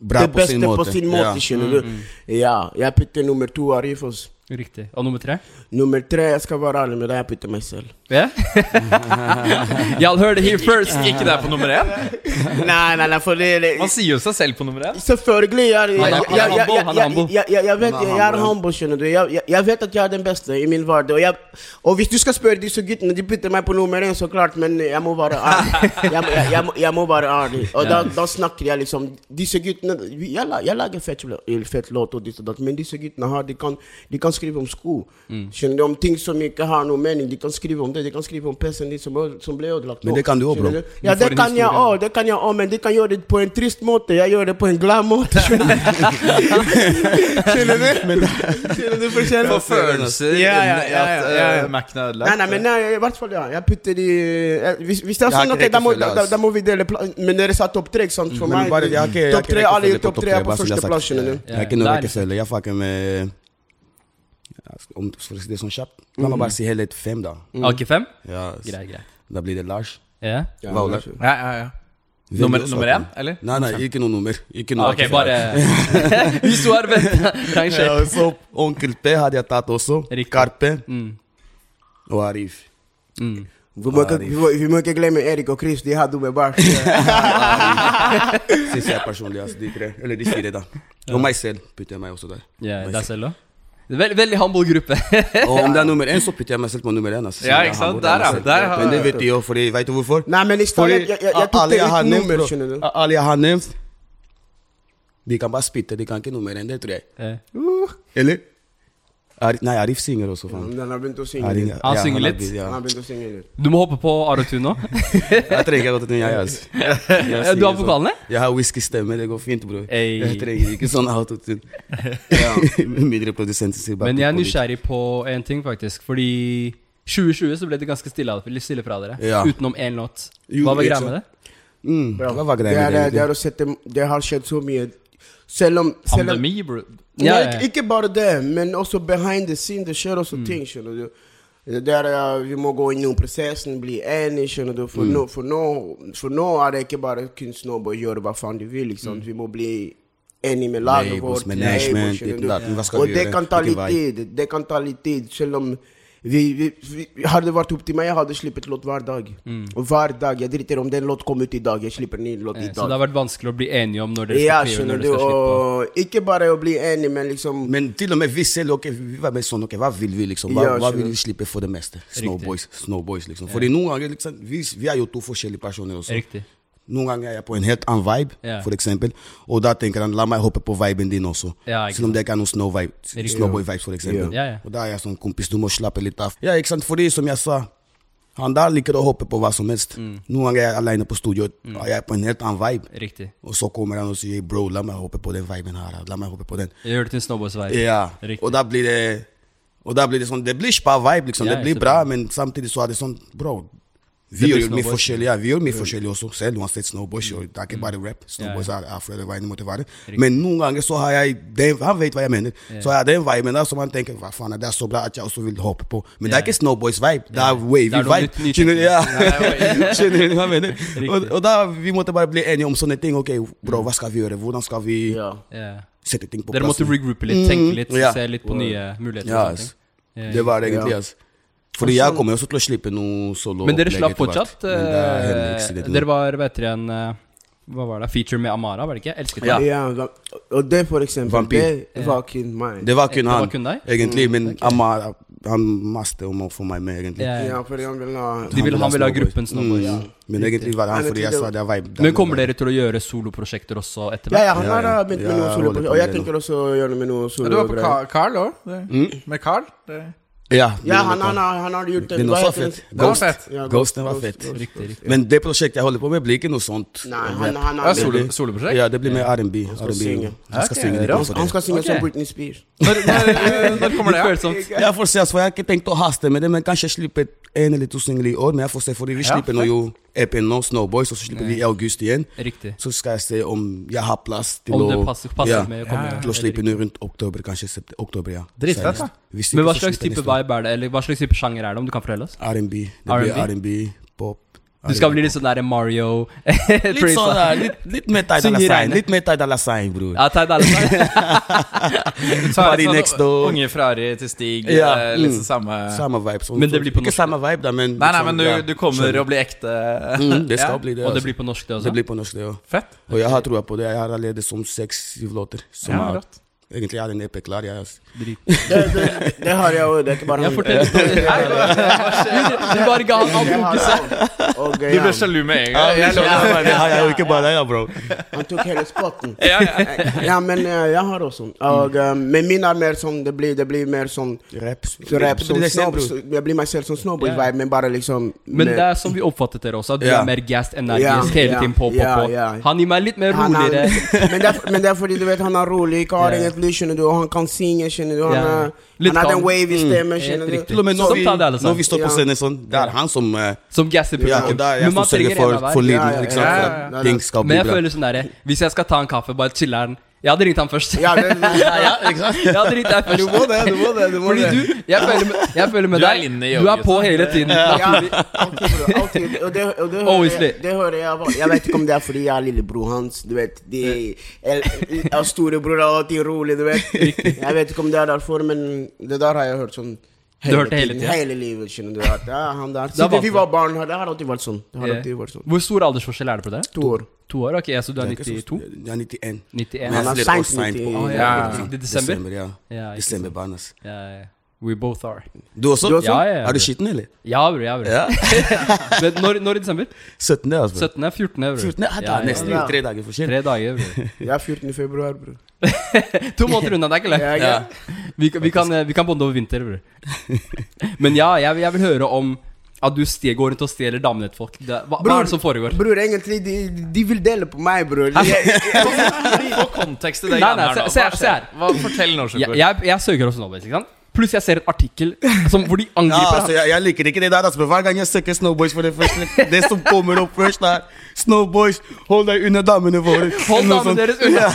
Speaker 4: Bra
Speaker 2: det
Speaker 4: på sin
Speaker 2: beste på
Speaker 4: måte.
Speaker 2: sin måte,
Speaker 4: Ja.
Speaker 2: skjønner
Speaker 1: Mm,
Speaker 2: du. Ja, jeg putter nummer to Arif. ass.
Speaker 1: Riktig. Og nummer tre?
Speaker 2: Nummer tre, jeg skal være ærlig med deg, jeg putter
Speaker 1: *laughs*
Speaker 2: meg selv.
Speaker 1: Ja? Y'all heard it here first.
Speaker 3: Ikke der på nummer én?
Speaker 2: nei, nei, nei, for det, det
Speaker 3: Man sier jo seg selv på nummer én.
Speaker 2: Selvfølgelig. Jeg,
Speaker 1: Han
Speaker 2: jeg,
Speaker 1: er-
Speaker 2: jeg,
Speaker 1: han er
Speaker 2: jeg, jeg,
Speaker 1: humble, han er humble.
Speaker 2: jeg, jeg, jeg vet
Speaker 4: Han er
Speaker 2: jeg er
Speaker 4: humble.
Speaker 2: humble, skjønner du. Jeg, jeg, jeg vet at jeg er den beste i min hverdag. Og, jeg, og hvis du skal spørre disse guttene, de putter meg på nummer én, så klart, men jeg må være
Speaker 4: *laughs*
Speaker 2: ærlig. Jeg, må- jeg, jeg, må- jeg må være ærlig. Og da, da snakker jeg liksom eh, Disse guttene vi- Jeg, la- jeg lager fett, fett låt og ditt og datt, men disse guttene her, de kan, de kan skrive om sko.
Speaker 4: Mm.
Speaker 2: Skjønner du, Om ting som ikke har noe mening. De kan skrive om det. De kan skrive om PC-en din som, som ble ødelagt.
Speaker 4: Men det kan du også, bro.
Speaker 2: Skjønner du? Ja,
Speaker 1: Du får
Speaker 2: det
Speaker 1: en
Speaker 2: kan jeg
Speaker 1: historie.
Speaker 2: òg. Det kan jeg også, men de kan gjøre det på en trist måte. Jeg gjør det på en glad måte. Skjønner
Speaker 4: *laughs*
Speaker 2: du? Skjønner du? Skjønner du forskjellen?
Speaker 3: Få følelser
Speaker 2: Ja, ja,
Speaker 3: inni
Speaker 2: ja,
Speaker 3: at
Speaker 2: ja, ja.
Speaker 3: eh, Mac-en er ødelagt.
Speaker 2: Nei, nei, men nei, i hvert fall, ja. Jeg putter de eh, Hvis, hvis det er
Speaker 4: Jeg har
Speaker 2: sånn,
Speaker 4: ikke
Speaker 2: ok, da må,
Speaker 4: rekkefølge,
Speaker 2: da, da,
Speaker 4: ass.
Speaker 2: da må vi dele plass. Men dere sa topp tre, ikke sant? For
Speaker 4: Mm, Men
Speaker 2: meg
Speaker 4: bare- jeg har ikke- jeg har
Speaker 2: Topp
Speaker 4: ikke
Speaker 2: tre, alle
Speaker 4: rekkefølge på
Speaker 2: topp tre er på
Speaker 4: bare som jeg har
Speaker 2: førsteplass,
Speaker 4: sagt. eh,
Speaker 2: skjønner du.
Speaker 4: Jeg har ikke
Speaker 1: Ja,
Speaker 4: noen
Speaker 1: ja.
Speaker 4: rekkefølge. Jeg fucker med ja, Om for å si det sånn kjapt La
Speaker 2: Mm.
Speaker 4: meg bare si helt fem, da.
Speaker 1: AK5?
Speaker 4: Ja, s-
Speaker 1: Grei, grei.
Speaker 4: Da blir det Lars.
Speaker 1: Ja.
Speaker 2: Ja,
Speaker 4: Hva, Ola?
Speaker 2: vær så god.
Speaker 3: Ja, ja, ja. Nummer, nummer én, eller?
Speaker 4: Nei, nei, ikke noe nummer. Ikke noe
Speaker 1: Ok,
Speaker 4: rekkefølge.
Speaker 1: bare *laughs* Vi sto her og venta.
Speaker 4: Ja, så Onkel P hadde jeg tatt også.
Speaker 1: Riktig. Mm.
Speaker 4: Karpe og Arif.
Speaker 2: Vi må, ikke, vi, *laughs* må, vi må ikke glemme Erik og Chris. De har dumme *laughs* barn.
Speaker 4: Syns jeg personlig, altså. De tre. Eller de fire, da. Og meg selv putter jeg meg også der.
Speaker 1: Ja,
Speaker 4: Meg
Speaker 1: deg
Speaker 4: selv.
Speaker 1: selv òg? Veldig, veldig humble gruppe.
Speaker 4: *laughs* Og om det er nummer én, så putter jeg meg selv på nummer én. Altså.
Speaker 3: Ja,
Speaker 4: Så jeg
Speaker 3: ikke
Speaker 4: har
Speaker 3: sant?
Speaker 4: både
Speaker 3: Der,
Speaker 4: meg
Speaker 3: ja.
Speaker 4: selv.
Speaker 3: Der har-
Speaker 4: Men det vet de jo, fordi Vet du hvorfor?
Speaker 2: Nei, men i stedet
Speaker 4: Fordi
Speaker 2: jeg, jeg, jeg tok
Speaker 4: alle
Speaker 2: det
Speaker 4: jeg har
Speaker 2: ut
Speaker 4: nevnt,
Speaker 2: nummer,
Speaker 4: bro.
Speaker 2: skjønner du.
Speaker 4: Alle jeg har nevnt De kan bare spytte, de kan ikke nummer én, det tror jeg.
Speaker 1: Eh,
Speaker 4: Eller? Ari, nei, Arif synger også, faen.
Speaker 2: Mm, Den har begynt å synge.
Speaker 4: Ari-
Speaker 2: litt.
Speaker 4: ja,
Speaker 1: synger
Speaker 4: har
Speaker 1: litt.
Speaker 4: blitt-
Speaker 2: Den
Speaker 4: Ja.
Speaker 2: har begynt å synge litt.
Speaker 1: Du må hoppe på Aratu
Speaker 4: *laughs*
Speaker 1: nå.
Speaker 4: Jeg trenger ikke at den jeg er altså. Jeg
Speaker 1: Eh, Du har
Speaker 4: synger sånn.
Speaker 1: vokalene?
Speaker 4: Jeg har whisky-stemme, det går fint, bror.
Speaker 1: Ey.
Speaker 4: Jeg trenger ikke sånn autotune. Med *laughs* mindre produsenten sier bare
Speaker 1: Men jeg er
Speaker 4: putt på litt.
Speaker 1: nysgjerrig på en ting, faktisk. Fordi 2020 så ble det ganske stille, av- litt stille fra dere.
Speaker 4: Ja.
Speaker 1: Utenom én låt.
Speaker 4: Jo,
Speaker 1: Hva var
Speaker 4: ikke
Speaker 1: greia
Speaker 4: sant.
Speaker 1: med det?
Speaker 4: Mm,
Speaker 2: Bra.
Speaker 4: Hva var
Speaker 2: Det,
Speaker 4: greia
Speaker 2: er,
Speaker 4: med
Speaker 2: det,
Speaker 4: det?
Speaker 2: det, er
Speaker 4: egentlig?
Speaker 2: å sette, det har skjedd så mye. Selv om, selv om
Speaker 1: Pandemi, bro.
Speaker 2: Nei,
Speaker 1: Ja, ja,
Speaker 2: ikke-
Speaker 1: ja.
Speaker 2: Ikke bare det, men også behind the scene. Det skjer også ting. skjønner du Det der, eh, Vi må gå innom prosessen, bli enige. skjønner du For, nå, for, nå, for nå er det ikke bare kunst nå å gjøre hva faen de vil. ikke sant? Vi må bli enige med laget
Speaker 4: Labels,
Speaker 2: vårt.
Speaker 4: med
Speaker 2: labels,
Speaker 4: management,
Speaker 2: skjønner
Speaker 4: ditten
Speaker 2: du.
Speaker 4: datten, hva skal
Speaker 2: Og
Speaker 4: vi
Speaker 2: det
Speaker 4: gjøre?
Speaker 2: kan ta
Speaker 4: Hvilken
Speaker 2: litt
Speaker 4: vei?
Speaker 2: tid. Det kan ta litt tid, selv om vi, vi, vi, Hadde det vært opp til meg, jeg hadde sluppet låt hver dag. Og hver dag, Jeg driter om den låt kom ut i dag. Jeg slipper en ny låt i
Speaker 1: Eh,
Speaker 2: dag.
Speaker 1: Så det har vært vanskelig å bli enige om når dere
Speaker 2: ja,
Speaker 1: skal skrive,
Speaker 2: skjønner
Speaker 1: når
Speaker 2: du.
Speaker 1: dere skal slippe.
Speaker 2: Og ikke bare å bli enig, men liksom
Speaker 4: Men til og med vi selv, ok, vi var mer sånn, ok, hva vil vi liksom? Hva,
Speaker 2: Ja,
Speaker 4: hva
Speaker 2: skjønner.
Speaker 4: vil vi slippe for det meste? Snowboys, snowboys liksom. Fordi noen ganger, liksom, vi, vi er jo to forskjellige personer også.
Speaker 1: Riktig.
Speaker 4: Noen ganger er jeg på en helt annen vibe,
Speaker 1: Ja.
Speaker 4: for eksempel. Og da tenker han, la meg hoppe på viben din også.
Speaker 1: Ja, ikke
Speaker 4: Selv om det ikke er noen snow vibe,
Speaker 1: Riktig.
Speaker 4: snowboy vibes, for eksempel.
Speaker 1: Ja, ja.
Speaker 4: Og da er jeg sånn, kompis, du må slappe litt av. Ja, ikke sant? Fordi som jeg sa, han der liker å hoppe på hva som helst.
Speaker 1: Mm.
Speaker 4: Noen ganger er jeg alene på studio, og jeg er på en helt annen vibe.
Speaker 1: Riktig.
Speaker 4: Og så kommer han og sier, bro, la meg hoppe på den viben her, la meg hoppe på den.
Speaker 1: Jeg gjør det til en snowboardsvei.
Speaker 4: Ja,
Speaker 1: Riktig.
Speaker 4: og da blir det Og da blir det sånn Det blir spa-vibe, liksom.
Speaker 1: Ja,
Speaker 4: det blir
Speaker 1: ikke
Speaker 4: bra, men samtidig så er det sånn Bro, vi
Speaker 1: Det blir Mm.
Speaker 4: gjør mye
Speaker 1: snowboys.
Speaker 4: forskjellig, ja, vi gjør mye forskjellig også, selv uansett snowboys. og Det er ikke bare rap. Snowboys er er flere veier det måtte være. Men noen ganger så har jeg den, Han vet hva jeg mener. Så har jeg den viben der som han tenker Hva faen, det er så bra at jeg også vil hoppe på. Men det
Speaker 1: Ja.
Speaker 4: er ikke snowboys-vibe, det
Speaker 1: Ja.
Speaker 4: er wavy
Speaker 1: Det er noe
Speaker 4: vibe.
Speaker 1: nytt- nytt-
Speaker 4: Skjønner du? Ja. Skjønner du hva jeg mener? Og, og da vi måtte bare bli enige om sånne ting. Ok, bro, hva skal vi gjøre? Hvordan skal vi
Speaker 2: Ja.
Speaker 1: Ja.
Speaker 4: sette ting på plass?
Speaker 1: Dere måtte regroupe litt, tenke litt,
Speaker 4: ja.
Speaker 1: se litt på nye muligheter.
Speaker 4: Ja,
Speaker 1: og sånne
Speaker 4: ass.
Speaker 1: ting. Ja,
Speaker 4: Det var det egentlig,
Speaker 2: Ja.
Speaker 4: ass. Fordi jeg kommer også til å slippe noe solo.
Speaker 1: Men dere
Speaker 4: opplegg
Speaker 1: slapp
Speaker 4: etter hvert.
Speaker 1: fortsatt.
Speaker 4: Men det er Henrik
Speaker 1: eh,
Speaker 4: sitt
Speaker 1: dere
Speaker 4: etter-
Speaker 1: var, vet dere, en eh, Hva var det? Feature med Amara, var det ikke? Elsket
Speaker 2: Ja.
Speaker 1: deg.
Speaker 2: da- og det, for eksempel.
Speaker 4: Vampyr.
Speaker 2: Det var kun meg.
Speaker 4: Det var kun
Speaker 1: det var
Speaker 4: han,
Speaker 1: kun deg?
Speaker 2: Mm,
Speaker 4: egentlig. Men Amar, han maste om å få meg med, egentlig.
Speaker 1: Ja, ja.
Speaker 2: Ja, for han ville ha
Speaker 1: De vil, han vil ha gruppen
Speaker 4: Mm,
Speaker 1: snowboard.
Speaker 4: Men egentlig var det han,
Speaker 2: Men
Speaker 4: fordi jeg
Speaker 2: det-
Speaker 4: sa det er vibe. det er
Speaker 1: Men kommer
Speaker 4: vibe.
Speaker 1: dere til å gjøre soloprosjekter også etter
Speaker 2: Ja,
Speaker 1: hvert?
Speaker 2: ja, han
Speaker 4: Ja,
Speaker 2: har
Speaker 4: ja.
Speaker 2: uh, begynt
Speaker 4: Ja,
Speaker 2: med noe
Speaker 4: jeg
Speaker 2: solo.
Speaker 4: holder på
Speaker 2: Og jeg
Speaker 4: med det
Speaker 2: tenker også å gjøre det med noe solo.
Speaker 3: Du var på
Speaker 2: greier.
Speaker 3: Ka- Carl òg?
Speaker 4: Mm.
Speaker 3: Med Carl? Det-
Speaker 4: Ja,
Speaker 2: Ja, han, han, har- han har gjort
Speaker 4: Den
Speaker 2: hva
Speaker 4: også var
Speaker 2: heter det?
Speaker 4: fett.
Speaker 3: Det var
Speaker 4: Ghost.
Speaker 3: fett.
Speaker 2: Ja,
Speaker 4: Ghosten var
Speaker 2: Ghost,
Speaker 4: fett.
Speaker 2: Ghost.
Speaker 1: Riktig, riktig.
Speaker 4: Men det prosjektet jeg holder på med, blir ikke noe sånt.
Speaker 2: Nei, han, han,
Speaker 3: Det er
Speaker 2: han,
Speaker 3: solo,
Speaker 4: det-
Speaker 3: soloprosjekt?
Speaker 4: Ja, det blir mer R&B.
Speaker 2: skal
Speaker 4: R&B.
Speaker 2: synge.
Speaker 4: Han skal
Speaker 3: Ok,
Speaker 4: synge litt
Speaker 3: bra.
Speaker 4: også, det.
Speaker 2: han skal synge
Speaker 1: Ok.
Speaker 2: som Britney Spears.
Speaker 3: Når, når, når kommer det? Ja?
Speaker 1: Følsomt.
Speaker 4: Jeg får se, altså, for jeg har ikke tenkt å haste med det, men kanskje jeg slipper en eller to singler i år. Men jeg får se, fordi vi
Speaker 3: Ja,
Speaker 4: slipper nå jo EP-en nå, Snowboys, og så slipper vi i august igjen.
Speaker 1: Riktig.
Speaker 4: Så skal jeg se om jeg har plass til
Speaker 1: Om
Speaker 4: å
Speaker 1: det passer, passer
Speaker 4: ja,
Speaker 1: med å komme
Speaker 4: til å slippe nå rundt oktober, kanskje sept- oktober, ja.
Speaker 3: Dritfett,
Speaker 4: Senest.
Speaker 3: da.
Speaker 4: Hvis
Speaker 1: Men
Speaker 4: ikke,
Speaker 1: hva
Speaker 4: så
Speaker 1: slags
Speaker 4: slipper jeg
Speaker 1: type
Speaker 4: neste år.
Speaker 1: vibe er det? Eller hva slags type sjanger er det, om du kan fortelle oss?
Speaker 4: R&B. Det blir R&B, pop.
Speaker 1: Du skal bli litt sånn der Mario *laughs* Litt
Speaker 4: Litt
Speaker 1: *laughs*
Speaker 4: sånn der, litt, litt mer Tide
Speaker 1: Synger i regnet.
Speaker 4: Alassane. Litt mer Tide Alassane, bror.
Speaker 1: Ja, ta det
Speaker 4: *laughs*
Speaker 1: alle
Speaker 3: Du tar
Speaker 4: Party
Speaker 3: sånn
Speaker 4: next door.
Speaker 3: Unge fra Ari til Stig,
Speaker 4: Ja,
Speaker 3: eh, litt
Speaker 4: mm.
Speaker 3: sånn samme
Speaker 4: Samme vibe. som-
Speaker 1: Men det blir på
Speaker 4: Ikke
Speaker 1: norsk.
Speaker 4: samme vibe, da, men
Speaker 3: Nei, nei,
Speaker 4: liksom,
Speaker 3: men du,
Speaker 4: ja,
Speaker 3: du kommer
Speaker 4: skjønner.
Speaker 3: og blir ekte.
Speaker 4: Mm, Det skal
Speaker 3: Ja.
Speaker 4: bli det.
Speaker 1: Og det
Speaker 4: altså.
Speaker 1: blir på norsk, det
Speaker 4: Det
Speaker 1: også?
Speaker 4: blir på norsk, det òg.
Speaker 3: Fett.
Speaker 4: Og jeg har trua på det. Jeg har allerede som seks-syv låter. Som
Speaker 3: Ja,
Speaker 4: er
Speaker 3: rått.
Speaker 4: Egentlig er det neppe klar. Jeg, altså. ass.
Speaker 1: Drit.
Speaker 2: Det, det, det har jeg òg, det er ikke bare
Speaker 1: Jeg
Speaker 4: *laughs*
Speaker 1: forteller storyen. Du bare ga han all
Speaker 2: Jeg har
Speaker 1: fokuset.
Speaker 2: alt. Og eh,
Speaker 3: Du ble
Speaker 2: han,
Speaker 3: sjalu med en gang. Jeg
Speaker 4: Det
Speaker 3: skjønner.
Speaker 4: har jeg jo ikke bare deg, da, bro.
Speaker 2: han tok hele spotten.
Speaker 3: Ja, ja.
Speaker 2: Ja, men eh, jeg har også. Og, eh, men min er mer sånn Det blir, det blir mer sånn
Speaker 4: Rap.
Speaker 2: rap. Sånn,
Speaker 4: Det er
Speaker 2: snob,
Speaker 4: eksempel.
Speaker 2: jeg blir meg selv som
Speaker 1: Ja.
Speaker 2: snowboy-vibe, men bare liksom
Speaker 1: Men
Speaker 2: med-
Speaker 1: det er som vi oppfattet dere også, at du
Speaker 4: Ja.
Speaker 1: er mer gassed, energisk,
Speaker 2: Ja,
Speaker 1: hele
Speaker 2: ja,
Speaker 1: tiden på, på,
Speaker 2: ja,
Speaker 1: på.
Speaker 2: ja.
Speaker 1: Han gir meg litt mer
Speaker 2: Han er-
Speaker 1: roligere.
Speaker 4: *laughs*
Speaker 2: *laughs* men, det er, men det er fordi du vet han er rolig, kar
Speaker 1: Ja.
Speaker 2: egentlig, skjønner du. Og han kan synge, skjønner du. Han,
Speaker 1: Ja.
Speaker 2: er-
Speaker 1: Litt
Speaker 2: han har
Speaker 1: calm.
Speaker 2: den
Speaker 1: Mm.
Speaker 2: wavy stemmen, skjønner
Speaker 1: Helt
Speaker 2: du.
Speaker 1: riktig.
Speaker 4: Til og med
Speaker 1: Sånn
Speaker 4: når vi,
Speaker 1: tar det alle sammen.
Speaker 4: når vi står på
Speaker 2: Ja.
Speaker 4: scenen sånn, det er han som eh,
Speaker 1: Som gasser
Speaker 4: Ja, og
Speaker 1: publikum.
Speaker 4: det er jeg
Speaker 1: Men
Speaker 4: som
Speaker 1: man
Speaker 4: sørger
Speaker 1: trenger
Speaker 4: for,
Speaker 1: en av
Speaker 4: for
Speaker 1: hver.
Speaker 2: Ja, ja,
Speaker 4: lyden, ikke sant?
Speaker 2: ja,
Speaker 4: For
Speaker 2: ja, ja.
Speaker 4: at ting skal
Speaker 1: Men
Speaker 4: bli
Speaker 1: jeg
Speaker 4: bra.
Speaker 1: føler sånn derre Hvis jeg skal ta en kaffe, bare chiller'n. Jeg hadde ringt han først.
Speaker 2: Ja, det,
Speaker 1: *laughs* Ja, ja, Jeg hadde ringt deg først.
Speaker 4: det, du må det, du
Speaker 1: Fordi du, jeg føler med, jeg føler med
Speaker 3: Du er
Speaker 1: deg.
Speaker 3: inne i
Speaker 1: Du er
Speaker 3: yoghurt,
Speaker 1: på
Speaker 3: da.
Speaker 1: hele tiden.
Speaker 2: Eh, ja,
Speaker 1: naturlig.
Speaker 2: alltid, bro, alltid. Og det, og det, hører
Speaker 1: Obviously.
Speaker 2: jeg, det hører jeg bare. Jeg vet ikke om det er fordi jeg er lillebror hans. Du vet, de, el- el- Storebror er alltid rolig, du vet. Jeg vet ikke om det er derfor, men det der har jeg hørt sånn
Speaker 1: Du hørte hele
Speaker 2: tiden,
Speaker 1: tiden?
Speaker 2: hele livet. skjønner du at, ja, han der.
Speaker 1: er
Speaker 2: Siden vi
Speaker 1: vanskelig.
Speaker 2: var barn, har det har alltid vært sånn. Det har
Speaker 1: Ja.
Speaker 2: alltid vært sånn.
Speaker 1: Eh, Hvor stor aldersforskjell er det på dere?
Speaker 2: To år.
Speaker 1: To år? Ok, så du er 92?
Speaker 4: Jeg er 91.
Speaker 1: 91?
Speaker 2: Han
Speaker 4: Men
Speaker 2: er
Speaker 4: jeg
Speaker 2: seint
Speaker 4: slår seint på.
Speaker 2: midt i-
Speaker 1: Å, ja.
Speaker 3: Ja.
Speaker 1: Det er desember?
Speaker 4: Desember, ja.
Speaker 1: Ja, ikke sant.
Speaker 4: Desemberbarn, ass.
Speaker 1: Ja, ja, ja. We both are.
Speaker 4: Du også?
Speaker 2: Du også?
Speaker 1: Ja, ja, ja.
Speaker 4: Er du skitten, eller?
Speaker 1: Ja, bror. Ja, bror.
Speaker 4: *laughs* Ja.
Speaker 1: Men når, når i desember?
Speaker 4: 17. altså.
Speaker 1: 17. 14. bror.
Speaker 4: 14. Ja, det
Speaker 1: Ja, ja,
Speaker 4: er nesten
Speaker 2: ja.
Speaker 4: tre dager forskjell.
Speaker 1: Tre dager, bror.
Speaker 2: Jeg er 14 i februar, bror.
Speaker 1: To måneder unna, det er ikke lett.
Speaker 2: Ja, ja.
Speaker 4: Ja.
Speaker 1: Vi, kan- vi, kan, eh, vi kan bonde over vinter, bror. Men ja, jeg, jeg vil høre om at du ste- går rundt og stjeler damene til folk. Det, hva, hva
Speaker 2: Bror.
Speaker 1: er det som foregår?
Speaker 2: Bror, egentlig, de, de vil dele på meg, bror. Jeg-
Speaker 3: *laughs* Få kontekst til det
Speaker 1: Nei, nei,
Speaker 3: greiene
Speaker 1: se-
Speaker 3: her nå.
Speaker 1: se her, se
Speaker 3: Hva
Speaker 1: her.
Speaker 3: skjer? Hva- Fortell nå,
Speaker 1: Jeg,
Speaker 3: Sjukor.
Speaker 1: jeg, jeg søker også Snowboys, ikke sant? Pluss jeg ser en artikkel som, hvor de
Speaker 4: Ja,
Speaker 1: angriper
Speaker 4: altså, jeg, jeg liker ikke det der. Altså. Hver gang jeg søker Snowboys for det første, det som kommer opp først, er Snowboys, hold deg unna damene våre.
Speaker 1: Hold
Speaker 4: Noe
Speaker 1: damene
Speaker 4: sånt.
Speaker 1: deres unna!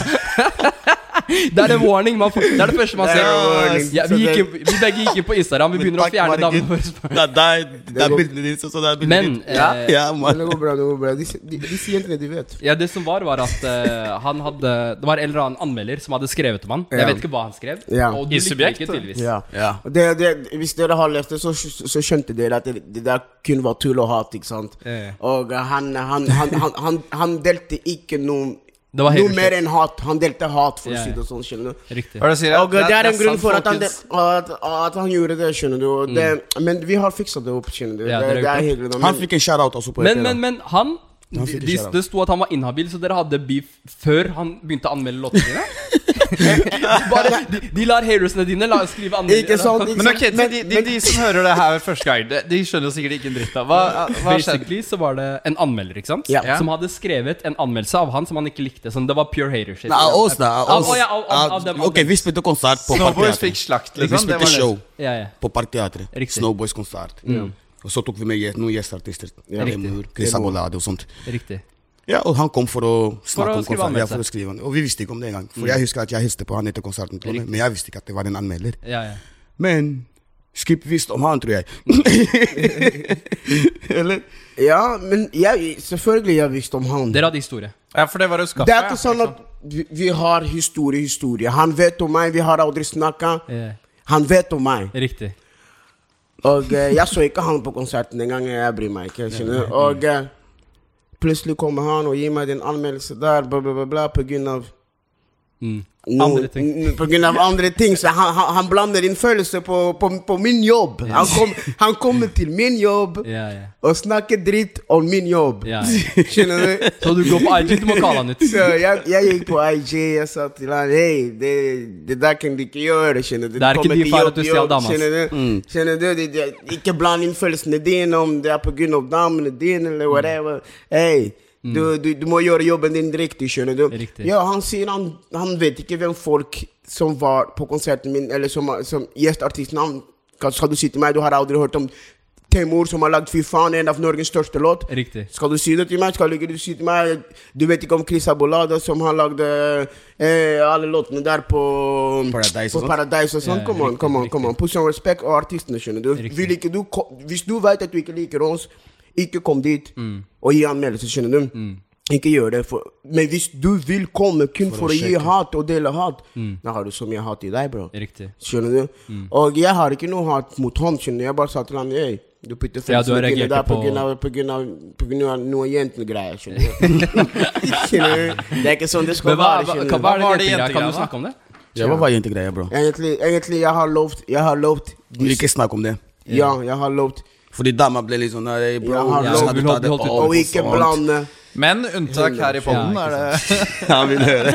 Speaker 1: *laughs* det er en warning. Man får, det er det første man
Speaker 4: Det
Speaker 1: ser.
Speaker 4: er en warning.
Speaker 1: Ja, vi, gikk, inn- vi begge gikk inn på Instagram. Vi
Speaker 4: Men
Speaker 1: begynner å
Speaker 4: takk,
Speaker 1: fjerne damene
Speaker 4: Margit.
Speaker 1: våre.
Speaker 4: Det er deg, det er bildene dine, så- så det er bildene
Speaker 1: Men
Speaker 4: *laughs* dine.
Speaker 1: eh,
Speaker 4: Ja,
Speaker 2: Men
Speaker 4: man.
Speaker 2: det går bra, det går bra. Disse, de, disse jentene, de vet.
Speaker 1: Ja, det som var, var at eh, han hadde Det var en eller annen anmelder som hadde skrevet om han. Jeg
Speaker 2: Ja.
Speaker 1: vet ikke hva han skrev.
Speaker 2: Ja.
Speaker 1: Og
Speaker 3: I
Speaker 1: du likte det
Speaker 3: Subjekt,
Speaker 1: ikke,
Speaker 3: da?
Speaker 1: tydeligvis.
Speaker 2: Ja.
Speaker 4: Ja.
Speaker 2: Og Det, det, hvis dere har lest det, så, så skjønte dere at det, det der kun var tull og hat. ikke sant?
Speaker 1: Ja, ja.
Speaker 2: Og eh, han, han, han, han, han, han delte ikke noe,
Speaker 1: *laughs* Det var helt
Speaker 2: noe mer enn hat. Han delte hat, for
Speaker 1: Ja,
Speaker 2: å si
Speaker 1: ja.
Speaker 2: det sånn. skjønner du?
Speaker 1: Riktig.
Speaker 3: Hva er det du sier?
Speaker 2: Og eh, det er en grunn
Speaker 3: sant,
Speaker 2: for at han,
Speaker 3: folkens.
Speaker 2: del- at, at han gjorde det, skjønner du. Og Det, Men vi har fiksa det opp, skjønner du.
Speaker 1: Mm. Ja,
Speaker 2: det,
Speaker 1: dere
Speaker 2: det
Speaker 1: har
Speaker 2: er
Speaker 1: gjort
Speaker 2: hyggelig. da,
Speaker 4: Han
Speaker 2: men-
Speaker 4: fikk en shout-out også på
Speaker 1: Men,
Speaker 4: EP, da.
Speaker 1: men, men han
Speaker 4: Han fikk
Speaker 1: de-
Speaker 4: ikke
Speaker 1: Det sto at han var inhabil, så dere hadde beef før han begynte å anmelde låtene dine? Bare, de, de lar hailersene dine la, skrive anmeldelser.
Speaker 2: Ikke sant?
Speaker 1: *laughs*
Speaker 2: Ikke
Speaker 3: Men ok,
Speaker 2: sant?
Speaker 3: til de, de, de som hører det her første gang, de, de skjønner jo sikkert ikke en dritt av Hva, *laughs* hva skjedde?
Speaker 1: Basically så var det en anmelder ikke sant?
Speaker 2: Ja.
Speaker 1: som hadde skrevet en anmeldelse av han som han ikke likte. Sånn, det var pure hater shit.
Speaker 4: Nei, av oss, da.
Speaker 1: Av-
Speaker 4: Av oss.
Speaker 1: å, ja, av- av- av dem, av
Speaker 4: Ah, Ok,
Speaker 1: dem.
Speaker 4: vi spilte konsert på
Speaker 3: Snowboys fikk
Speaker 4: Parkteatret.
Speaker 3: slakt,
Speaker 4: Vi
Speaker 3: liksom. Det var
Speaker 4: spilte show
Speaker 1: Ja, ja.
Speaker 4: på Parkteatret.
Speaker 1: Riktig.
Speaker 4: Snowboys-konsert. Og så tok vi med gje- noen gjesteartister.
Speaker 2: Ja.
Speaker 4: Emur, Chris Abolade og sånt.
Speaker 1: Riktig.
Speaker 4: Ja, og han kom for å snakke
Speaker 1: å
Speaker 4: om
Speaker 1: skrive
Speaker 4: konserten. Ja,
Speaker 1: anmeldelse. Mm.
Speaker 4: for å skrive anmeldelse. Og vi visste ikke om det engang. For jeg husker at jeg hilste på han etter konserten, til og med, men jeg visste ikke at det var en anmelder.
Speaker 1: Ja, ja.
Speaker 4: Men Skip visste om han, tror
Speaker 1: *laughs*
Speaker 4: jeg. Eller?
Speaker 2: Ja, men jeg, selvfølgelig jeg visste om han.
Speaker 1: Dere hadde historie.
Speaker 3: Ja, for det var jo skaffet.
Speaker 2: Det er ikke sånn at vi, vi har historie, historie. Han vet om meg, vi har aldri snakka.
Speaker 1: Ja.
Speaker 2: Han vet om meg.
Speaker 1: Riktig.
Speaker 2: Og eh, jeg så ikke han på konserten engang. Jeg bryr meg ikke. skjønner du? Og eh, plutselig kommer han og gir meg den anmeldelse der, bla, bla, bla, bla, på grunn av
Speaker 1: Mm.
Speaker 2: no,
Speaker 1: Andre ting.
Speaker 2: n- På grunn av andre ting. Så han, han, han blander inn følelser på, på, på min jobb. Han, kom, han kommer til min jobb
Speaker 1: Ja, ja.
Speaker 2: og snakker dritt om min jobb.
Speaker 1: Ja, ja.
Speaker 2: *laughs* Skjønner du?
Speaker 1: Så du går på IG, du må kalle
Speaker 2: *laughs*
Speaker 1: han ut.
Speaker 2: Så jeg, jeg gikk på IG, jeg sa til han Hei, det, det der kan du ikke gjøre, skjønner du.
Speaker 1: Det er
Speaker 2: Du
Speaker 1: ikke din
Speaker 2: kommer til
Speaker 1: feil
Speaker 2: jobb,
Speaker 1: at du stjal
Speaker 2: jobb,
Speaker 1: dama, ass.
Speaker 2: Skjønner du, skjønner du det, det, Ikke bland inn følelsene dine, om det er pga. damene dine eller whatever. Hei, du, du, du må gjøre jobben din riktig, skjønner du.
Speaker 1: Riktig.
Speaker 2: Ja, han sier han, han vet ikke hvem folk som var på konserten min, eller som, som gjestartisten han, Skal du si til meg, du har aldri hørt om Temur, som har lagd Fy faen, en av Norges største låt?
Speaker 1: Riktig.
Speaker 2: Skal du si det til meg? Skal du ikke si det til meg? Du vet ikke om Chris Abolada, som har lagd eh, alle låtene der på
Speaker 4: Paradise og
Speaker 2: på
Speaker 4: sånt.
Speaker 2: Paradise og sånn.
Speaker 1: Ja,
Speaker 2: Come on,
Speaker 1: riktig,
Speaker 2: come on.
Speaker 1: riktig.
Speaker 2: come on Put some respect og artistene, skjønner du.
Speaker 1: Riktig.
Speaker 2: Vil ikke du ko- hvis du vet at du ikke liker oss, ikke kom dit
Speaker 1: Mm.
Speaker 2: og gi anmeldelse, skjønner du. Ikke gjør det. For, men hvis du vil komme kun for, å, gi hat og dele hat,
Speaker 1: Mm.
Speaker 2: da har du så mye hat i deg, bro.
Speaker 1: Riktig.
Speaker 2: Skjønner du? Og jeg har ikke noe hat mot ham, skjønner du. Jeg bare sa til ham Ei, du putter
Speaker 1: Ja, du har
Speaker 2: følelsene dine
Speaker 1: reagert
Speaker 2: der på
Speaker 1: på-
Speaker 2: grunn av- på grunn av på grunn av noe jentegreier, skjønner du. Skjønner du? Det er ikke sånn det skal
Speaker 1: Men hva,
Speaker 2: være,
Speaker 1: hva, hva,
Speaker 2: skjønner du.
Speaker 1: hva er
Speaker 3: Hva
Speaker 1: det
Speaker 3: var det
Speaker 1: jentegreia? Kan
Speaker 3: jentegreia,
Speaker 1: du snakke om det?
Speaker 4: Ja, hva var egentlig greia, bro?
Speaker 2: Egentlig, egentlig jeg har lovt Jeg har lovt
Speaker 4: Du vil ikke snakke om det?
Speaker 2: Ja, jeg har lovt
Speaker 4: Fordi dama ble litt sånn Nei, bro,
Speaker 2: Ja, han
Speaker 4: du
Speaker 2: lå-
Speaker 4: skal
Speaker 1: hun
Speaker 4: ta
Speaker 1: holdt-
Speaker 4: det
Speaker 1: holdt ut.
Speaker 4: på
Speaker 2: å ikke
Speaker 4: sånt.
Speaker 2: blande
Speaker 3: Men unntak her i poden
Speaker 1: Ja,
Speaker 3: er det *laughs*
Speaker 4: Han vil høre.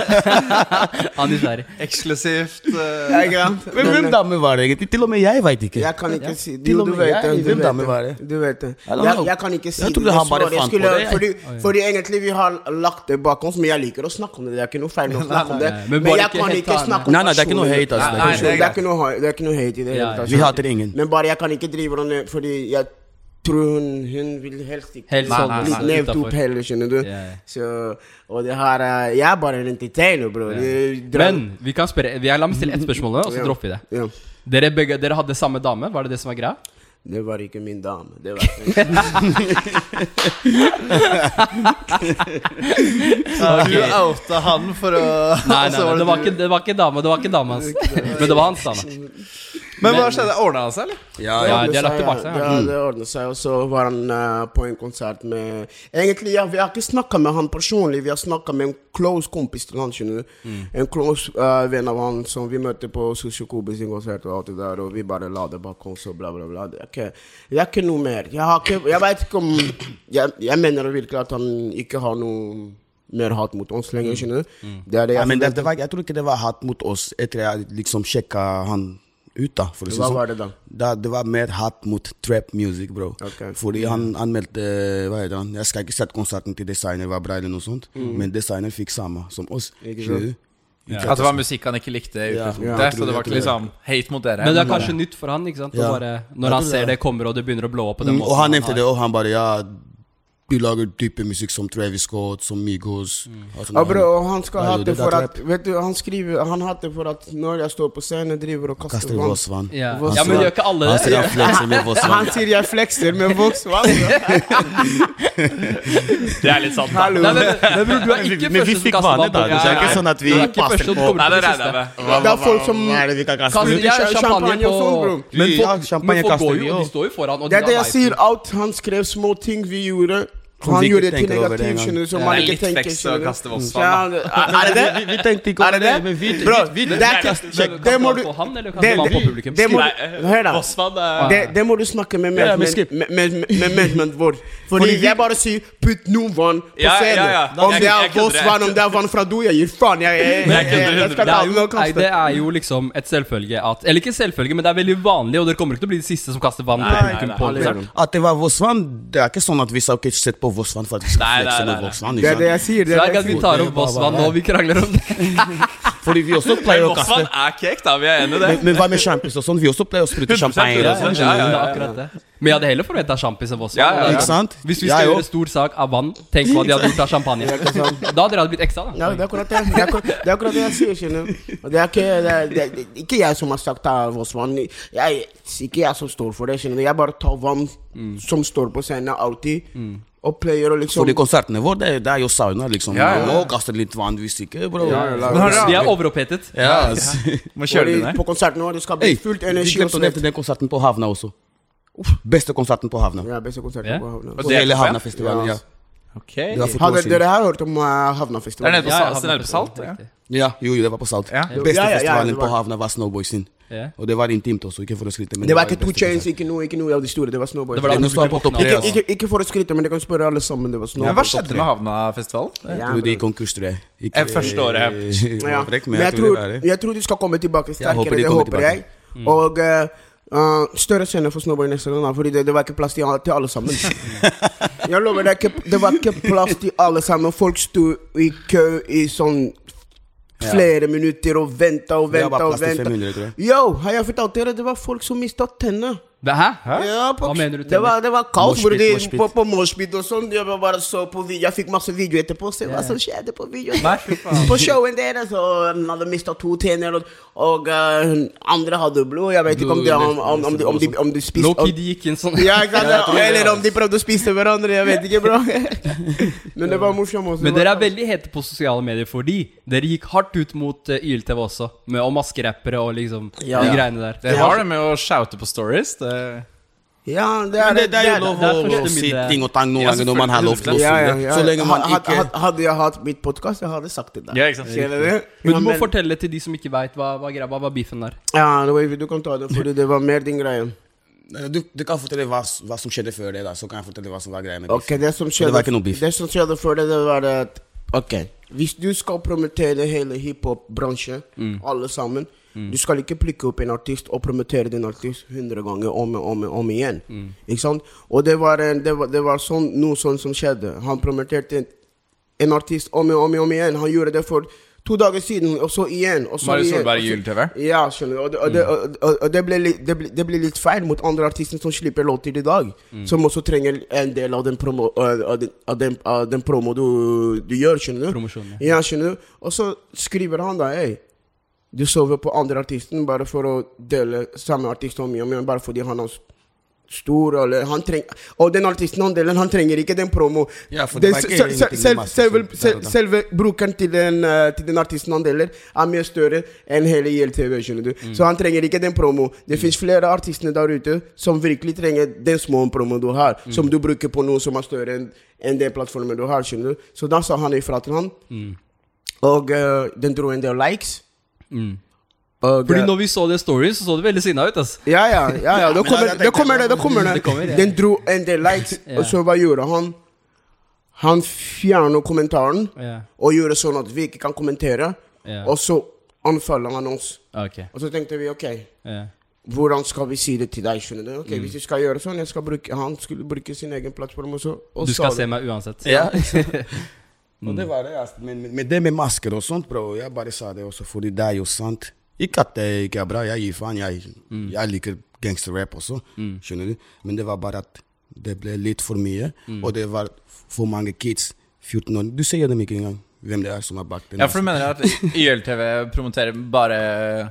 Speaker 1: Han er sverre.
Speaker 3: eksklusivt.
Speaker 2: Ja,
Speaker 3: eh,
Speaker 2: ikke sant?
Speaker 4: Men hvem dame var det egentlig? Til og med jeg veit ikke.
Speaker 2: Jeg kan ikke si
Speaker 4: Til
Speaker 2: Jo,
Speaker 4: og
Speaker 2: du
Speaker 4: med
Speaker 2: vet
Speaker 4: jeg,
Speaker 2: det. Du
Speaker 4: hvem
Speaker 2: vet
Speaker 4: dame var
Speaker 2: det.
Speaker 4: det?
Speaker 2: Du vet det.
Speaker 4: don't
Speaker 2: Jeg,
Speaker 4: know.
Speaker 2: jeg kan ikke si
Speaker 4: Jeg trodde han bare
Speaker 2: dessverre. Jeg
Speaker 4: fant på
Speaker 2: skulle-
Speaker 4: det, jeg.
Speaker 2: Fordi, fordi egentlig vi har lagt det bak oss, men jeg liker å snakke om det. Det er ikke noe
Speaker 4: *laughs*
Speaker 2: feil med å snakke om det.
Speaker 1: nei, nei. Men
Speaker 2: Men
Speaker 1: bare
Speaker 2: jeg
Speaker 1: ikke
Speaker 2: kan
Speaker 1: helt
Speaker 2: ikke
Speaker 1: ta
Speaker 2: snakke
Speaker 4: det.
Speaker 2: om
Speaker 4: Nei, nei, det er ikke noe
Speaker 2: personer.
Speaker 4: hate, altså. ass.
Speaker 3: Nei, nei,
Speaker 2: Det
Speaker 3: det
Speaker 2: er ikke noe, det er ikke noe hate i
Speaker 1: Ja,
Speaker 2: det hele
Speaker 1: ja.
Speaker 2: tatt.
Speaker 4: Vi hater ingen.
Speaker 2: Men bare jeg kan ikke drive den ned, fordi jeg tror hun, hun vil helst ikke
Speaker 1: Helst
Speaker 2: Nei,
Speaker 1: holde
Speaker 2: nei,
Speaker 1: seg
Speaker 2: nei, levd
Speaker 1: utenfor.
Speaker 2: opp heller, skjønner du.
Speaker 1: Ja, ja.
Speaker 2: Så, og det her eh, Jeg er bare en entertainer, bror.
Speaker 1: Men vi kan spørre Vi har la meg stille ett spørsmål, og så dropper vi det.
Speaker 2: ja.
Speaker 1: Dere, begge, dere hadde samme dame, var det det som var greia?
Speaker 2: Det var ikke min dame. Det var
Speaker 3: Du outa han for å
Speaker 1: Nei, nei,
Speaker 3: Så
Speaker 1: nei det, var
Speaker 3: du-
Speaker 1: ikke, det var ikke dame, det var ikke dama hans. Men det var hans dame.
Speaker 3: Men hva skjedde? Ordna han seg, eller?
Speaker 1: Ja,
Speaker 4: Ja, ja. Mm.
Speaker 1: de har lagt det bak seg, ja.
Speaker 2: Ja, det ordnet seg. Og så var han eh, på en konsert med Egentlig, ja, vi har ikke snakka med han personlig, vi har snakka med en close kompis til han, skjønner du.
Speaker 1: Mm.
Speaker 2: En close eh, venn av han som vi møtte på Sushukobi sin konsert og alt det der, og vi bare la det bak oss og bla, bla, bla. Det er ikke, det er ikke noe mer. Jeg har ikke Jeg veit ikke om jeg, jeg mener virkelig at han ikke har noe mer hat mot oss lenger, skjønner du.
Speaker 1: Mm.
Speaker 2: Det er det
Speaker 4: Ja,
Speaker 2: jeg
Speaker 4: men det,
Speaker 2: forventer.
Speaker 4: det var, jeg tror ikke det var hat mot oss etter jeg liksom sjekka han ut, da. For å si
Speaker 2: Hva
Speaker 4: sånn.
Speaker 2: var det da?
Speaker 4: da? Det var mer hat mot trap music, bro.
Speaker 2: Ok.
Speaker 4: Fordi han anmeldte Hva heter han? Jeg skal ikke sette konserten til designer var bra, eller noe sånt, men designer fikk samme som oss.
Speaker 2: Ikke
Speaker 4: Skjønner du?
Speaker 3: At
Speaker 1: Altså,
Speaker 3: det var musikk han ikke likte. i
Speaker 4: Ja.
Speaker 3: utgangspunktet,
Speaker 4: Ja,
Speaker 3: så det var ikke liksom hate mot dere.
Speaker 1: Men det er kanskje nytt for han, ikke sant? Å
Speaker 4: Ja.
Speaker 1: Bare, når han ser det kommer, og det begynner å blå opp på den
Speaker 4: Mm,
Speaker 1: måten.
Speaker 4: og han
Speaker 1: har.
Speaker 4: nevnte det, og han bare ja Du lager type musikk som Travis Scott, som Migos
Speaker 1: Mm.
Speaker 4: og sånn der.
Speaker 2: Ja, bro, og han skal
Speaker 4: Nei,
Speaker 2: ha
Speaker 4: jo, det
Speaker 2: det for
Speaker 4: er
Speaker 2: at Vet du, han skriver Han har det for at når jeg står på scenen, driver og kaster
Speaker 4: Kaster
Speaker 2: vann.
Speaker 4: Vossvann.
Speaker 1: Ja.
Speaker 2: Hva
Speaker 1: ja,
Speaker 2: sier
Speaker 1: men
Speaker 2: han?
Speaker 1: gjør ikke alle
Speaker 4: Han
Speaker 1: det? *laughs*
Speaker 4: sier han flekser med
Speaker 2: Han
Speaker 4: Vossvann.
Speaker 2: sier jeg flekser med Volkswagen.
Speaker 1: Det er litt sant, da.
Speaker 2: Hallo.
Speaker 1: Nei, men, men bror, du er ikke
Speaker 4: Men vi
Speaker 1: første som
Speaker 4: fikk
Speaker 1: kaster
Speaker 4: vane,
Speaker 1: ball
Speaker 4: da.
Speaker 1: på-
Speaker 4: Det er ikke sånn at vi
Speaker 1: Du er ikke første som kommer på
Speaker 3: Nei, det
Speaker 1: det
Speaker 3: regner jeg
Speaker 1: siste.
Speaker 3: med.
Speaker 2: Det er folk som
Speaker 4: er det vi kan
Speaker 1: Kaster,
Speaker 2: Men
Speaker 1: ja,
Speaker 2: det er
Speaker 1: champagne
Speaker 2: champagne
Speaker 1: på
Speaker 2: og sånn, bror.
Speaker 4: Vi
Speaker 1: Men folk,
Speaker 4: har champagne
Speaker 1: men folk
Speaker 4: kaster
Speaker 1: går
Speaker 4: vi
Speaker 1: jo, og de
Speaker 4: også.
Speaker 1: står jo foran. Og
Speaker 2: Det er
Speaker 1: de
Speaker 2: det
Speaker 1: har
Speaker 2: jeg sier.
Speaker 1: vibes.
Speaker 2: Alt han skrev, små ting vi gjorde.
Speaker 4: Som
Speaker 2: Han
Speaker 4: vi ikke
Speaker 2: gjorde det til
Speaker 4: tenker over det
Speaker 2: negativt,
Speaker 4: engang.
Speaker 2: skjønner du. Som
Speaker 1: Ja.
Speaker 2: man
Speaker 3: Det er
Speaker 2: ikke
Speaker 3: litt
Speaker 2: tenker.
Speaker 3: vekst å
Speaker 2: skjønner du.
Speaker 3: kaste Volkswagen,
Speaker 2: Ja, Er er det det?
Speaker 4: Vi tenkte ikke
Speaker 2: Er det det? Bro, det er ikke
Speaker 1: Men kaster man
Speaker 2: Det må du
Speaker 1: på han, eller
Speaker 2: det-
Speaker 1: kaster man på publikum?
Speaker 2: det må
Speaker 3: Nei,
Speaker 2: du Hør, da.
Speaker 3: Vossvann er
Speaker 2: Det, det må du snakke med
Speaker 4: Ja, men
Speaker 2: management-
Speaker 4: skip.
Speaker 2: med- med- med managementet vårt. Fordi
Speaker 4: Fordi vi-
Speaker 2: jeg bare sier 'putt noe vann på
Speaker 3: Ja, ja,
Speaker 2: scenen'.
Speaker 3: ja.
Speaker 2: Om
Speaker 3: Jeg-
Speaker 2: det er
Speaker 3: jeg kødder, jeg
Speaker 2: Voss-vann, om det er vann fra do, jeg gir faen. Jeg, jeg, jeg, jeg, jeg, jeg skal
Speaker 1: Det
Speaker 2: ta
Speaker 1: er,
Speaker 2: den
Speaker 1: jo,
Speaker 2: og
Speaker 1: nei,
Speaker 2: kaste.
Speaker 1: det er jo liksom et selvfølge at Eller ikke selvfølge, men det er veldig vanlig, og dere kommer ikke til å bli de siste som kaster vann på
Speaker 3: Nei,
Speaker 1: publikum
Speaker 3: nei,
Speaker 1: på
Speaker 2: nei.
Speaker 1: konsert.
Speaker 4: At det var Vossvann, det er ikke sånn at vi sa ok, sett på Vossvann for at vi
Speaker 3: Nei,
Speaker 4: skal
Speaker 3: nei,
Speaker 4: flekse
Speaker 3: nei,
Speaker 4: med
Speaker 3: nei.
Speaker 4: Vossvann.
Speaker 2: Det
Speaker 4: ikke
Speaker 2: er det
Speaker 4: sant?
Speaker 2: jeg sier. Det
Speaker 1: Så det
Speaker 2: er det
Speaker 1: er ikke
Speaker 2: jeg
Speaker 1: at vi
Speaker 2: sier.
Speaker 1: tar opp Vossvann og vi krangler om det.
Speaker 4: Fordi vi også pleier å kaste.
Speaker 3: Vossvann er cake, da. Vi er enige i det.
Speaker 4: Men, men hva med champis og sånn? Vi også pleier å sprute
Speaker 3: 100%
Speaker 4: champagne. og sånn.
Speaker 1: Det
Speaker 3: Ja, ja, ja,
Speaker 1: er
Speaker 3: ja.
Speaker 1: akkurat det. Men jeg hadde heller forventa sjampis enn Vossvann.
Speaker 3: Ja, ja, ja.
Speaker 4: Ikke sant?
Speaker 1: Hvis vi
Speaker 4: Jeg
Speaker 1: skal
Speaker 4: også.
Speaker 1: gjøre stor sak av vann, tenk hva de hadde gjort av champagne. Da hadde dere blitt ekstra, da.
Speaker 2: Ja, det er akkurat det. Det er akkurat det, er akkurat det jeg sier, skjønner du. Og Det er ikke, det er, det er, ikke jeg som har sagt det er Vossvann. Jeg, ikke jeg som står for det, skjønner du. Jeg bare tar vann som står på scenen alltid, og player og liksom
Speaker 4: Fordi konsertene våre, det, det er jo sauna, liksom.
Speaker 3: Ja, ja, ja.
Speaker 4: Og kaster litt vann hvis ikke, bro.
Speaker 2: Ja,
Speaker 3: har dere-
Speaker 1: De er overopphetet.
Speaker 4: Ja, ass.
Speaker 3: Må
Speaker 2: og
Speaker 3: kjøre
Speaker 2: de-
Speaker 3: det ned.
Speaker 2: På konserten vår, det skal bli
Speaker 4: Hey,
Speaker 2: fullt
Speaker 4: vi
Speaker 2: energi og
Speaker 4: glemte å
Speaker 2: svett.
Speaker 4: nevne den konserten på Havna også. Beste konserten på Havna.
Speaker 2: Ja, beste konserten
Speaker 1: Ja.
Speaker 2: på Havna.
Speaker 3: Og
Speaker 4: På
Speaker 3: det er
Speaker 4: hele
Speaker 3: på
Speaker 4: Havnafestivalen.
Speaker 2: Ja,
Speaker 4: Ja.
Speaker 2: ass.
Speaker 3: Ok
Speaker 4: Det var for to år
Speaker 2: Hadde
Speaker 4: siden.
Speaker 2: dere her hørt om uh,
Speaker 3: Det er
Speaker 2: Havnafestivalen?
Speaker 3: nede på
Speaker 1: Ja, ja,
Speaker 3: Salt. det er nede
Speaker 1: Havnafestivalen,
Speaker 3: på salt ja.
Speaker 1: riktig.
Speaker 4: Ja, jo, jo, det var på Salt.
Speaker 3: Ja.
Speaker 4: Beste
Speaker 2: Ja, ja, ja,
Speaker 4: festivalen
Speaker 2: det var-
Speaker 4: på Havna var Snowboy sin.
Speaker 1: Ja.
Speaker 4: Og det var intimt også, ikke for å skryte. men
Speaker 2: Det var ikke
Speaker 4: den
Speaker 2: Two
Speaker 4: beste
Speaker 2: Chains,
Speaker 4: konserten.
Speaker 2: ikke noe, ikke noe av de store. Det var Snowboy.
Speaker 1: Det var da
Speaker 4: Den
Speaker 1: du
Speaker 4: som står på
Speaker 1: våkna.
Speaker 4: toppen.
Speaker 1: Ja.
Speaker 2: Ikke, ikke, ikke for å skryte, men dere kan spørre alle sammen. Det var Snowboy.
Speaker 3: Men hva skjedde med Havnafestivalen?
Speaker 2: Ja,
Speaker 4: Jeg tror de gikk konkurs, tror jeg. Ikke-
Speaker 3: Eh, første
Speaker 4: *laughs*
Speaker 3: året.
Speaker 2: Ja.
Speaker 4: Korrekt,
Speaker 2: Men jeg tror,
Speaker 4: det var det.
Speaker 2: jeg tror de skal komme tilbake sterkere.
Speaker 4: håper de
Speaker 2: det
Speaker 4: kommer
Speaker 2: håper jeg. Og eh, eh, større scene for Snowboy neste gang, da, fordi det, det var ikke plass til, al- til
Speaker 4: *laughs*
Speaker 2: alle sammen. jeg lover deg, ikke- det var ikke plass til alle sammen. Folk sto i kø i sånn flere minutter og venta og
Speaker 4: Det var
Speaker 2: venta
Speaker 4: bare
Speaker 2: og
Speaker 4: plass til
Speaker 2: venta.
Speaker 4: 500, tror jeg.
Speaker 2: Yo, har jeg fortalt dere? Det var folk som mista tenna.
Speaker 1: Hva- Hæ?
Speaker 2: Ja, på-
Speaker 1: Hva mener du,
Speaker 2: Det var, det var kaos hvor
Speaker 4: Moshpit,
Speaker 2: de
Speaker 4: moshpit.
Speaker 2: på, på moshpit og sånn. Jeg bare- bare så på video. Jeg fikk masse video etterpå. Se hva som skjedde på videoen.
Speaker 3: Nei, fy faen.
Speaker 2: På showen deres, og hun hadde mista to tenner, og, og eh, hun andre hadde blod. Jeg vet ikke om de, om, om, om de, om de, om de spiste
Speaker 1: Low-key, de gikk inn sånn.
Speaker 2: ja, ikke sant? Eller om de prøvde å spise hverandre. Jeg vet ikke, bro. *laughs* Men det var morsomt også.
Speaker 1: Men dere er veldig hete på sosiale medier fordi dere gikk hardt ut mot eh, YLTV også. Med, og maskerappere og liksom
Speaker 2: Ja.
Speaker 1: de
Speaker 2: Ja.
Speaker 1: greiene der.
Speaker 3: Dere har det med å shoute på stories. Det
Speaker 2: Ja, det er
Speaker 4: Men det, det er jo
Speaker 1: det-
Speaker 4: lov
Speaker 1: det er
Speaker 4: å
Speaker 1: første
Speaker 4: å si
Speaker 1: middag.
Speaker 4: ting og tang noen
Speaker 3: Ja,
Speaker 4: ganger når man har lov til å si
Speaker 2: Ja, ja,
Speaker 4: det.
Speaker 2: ja.
Speaker 4: Så lenge man
Speaker 2: Had-
Speaker 4: ikke
Speaker 2: had- Hadde jeg hatt mitt podkast, jeg hadde sagt det der.
Speaker 3: Ja, ikke sant.
Speaker 2: Skjønner du?
Speaker 1: Men du må
Speaker 2: Men-
Speaker 1: fortelle til de som ikke veit hva, hva greia hva, hva beefen er.
Speaker 2: Ja, det var- du kan ta det, fordi det var mer din greie.
Speaker 4: Eh, du, du kan fortelle hva, hva som skjedde før det, da. Så kan jeg fortelle hva som var greia med
Speaker 2: Ok, det som
Speaker 4: det
Speaker 2: skjedde,
Speaker 4: var ikke noe beef.
Speaker 2: Det som skjedde før det, det var at Ok, hvis du skal promotere hele hiphop-bransjen,
Speaker 4: Mm.
Speaker 2: alle sammen Du skal ikke plukke opp en artist og promotere den artist 100 ganger om og om, og om igjen.
Speaker 4: Mm.
Speaker 2: Ikke sant? Og det var, en, det var, det var sånn, noe sånn som skjedde. Han promoterte en, en artist om og om, og om igjen. Han gjorde det for to dager siden, og så igjen. Og så
Speaker 3: Marius
Speaker 2: igjen.
Speaker 3: Solberg
Speaker 2: og så-
Speaker 3: i Jul-TV?
Speaker 2: ja, skjønner du. Og det, og det, og, og- og det, ble, litt- det, ble, det ble litt feil mot andre artister som slipper låter i dag. Som også trenger en del av den promo, av av den, av den, av den promo du, du gjør, skjønner du.
Speaker 1: Promosjonen,
Speaker 2: Ja, skjønner du. Og så skriver han da Hei, du sover på andre artisten bare for å dele samme artist om igjen, men bare fordi han er s- stor eller han treng, Og den artisten han deler, han trenger ikke den promo.
Speaker 4: Ja, for det
Speaker 2: Den
Speaker 4: var ikke
Speaker 2: se-
Speaker 4: ingenting
Speaker 2: se-
Speaker 4: med
Speaker 2: selv-
Speaker 4: masse
Speaker 2: selve-
Speaker 4: folk der og
Speaker 2: se-
Speaker 4: da.
Speaker 2: selve brukeren til den, eh, til den artisten han deler, er mye større enn hele ILTV. skjønner du
Speaker 4: Mm.
Speaker 2: Så han trenger ikke den promo. Det finnes flere artister der ute som virkelig trenger den små promoen du har,
Speaker 4: Mm.
Speaker 2: som du bruker på noe som er større enn enn den plattformen du har. skjønner du Så da sa han ifra til han,
Speaker 4: Mm.
Speaker 2: og eh, den dro en del likes.
Speaker 4: Mm.
Speaker 2: Og,
Speaker 1: Fordi
Speaker 2: eh,
Speaker 1: når vi så det story, så så det veldig sinna ut. ass
Speaker 2: ja, ja, ja, ja.
Speaker 4: men
Speaker 2: Da
Speaker 4: da- da
Speaker 2: kommer det, da
Speaker 4: tenkte
Speaker 2: kommer
Speaker 4: jeg-
Speaker 2: det, da kommer det.
Speaker 1: Det kommer, ja.
Speaker 2: Den dro en del likes, og så hva gjorde han? Han fjernet kommentaren,
Speaker 1: Ja.
Speaker 2: og gjorde sånn at vi ikke kan kommentere.
Speaker 1: Ja.
Speaker 2: Og så anfaller han oss.
Speaker 1: Ok
Speaker 2: Og så tenkte vi, ok,
Speaker 1: ja.
Speaker 2: hvordan skal vi si det til deg, skjønner du? Ok, hvis du skal gjøre sånn, jeg skal bruke, han skulle bruke sin egen plattform også. Og
Speaker 1: Du skal
Speaker 2: sa
Speaker 1: se
Speaker 2: det.
Speaker 1: meg uansett.
Speaker 4: Og det var det, altså. Men, men men det med masker og sånt, bro, jeg bare sa det også fordi det er jo sant. Ikke at det ikke er bra, jeg gir faen. Jeg, jeg liker gangsterrap også, skjønner du. Men det var bare at det ble litt for mye, og det var for mange kids. 14 år. Du ser dem ikke engang, hvem det er som er bak den.
Speaker 3: Ja, for du
Speaker 4: masken.
Speaker 3: mener at YLTV promoterer bare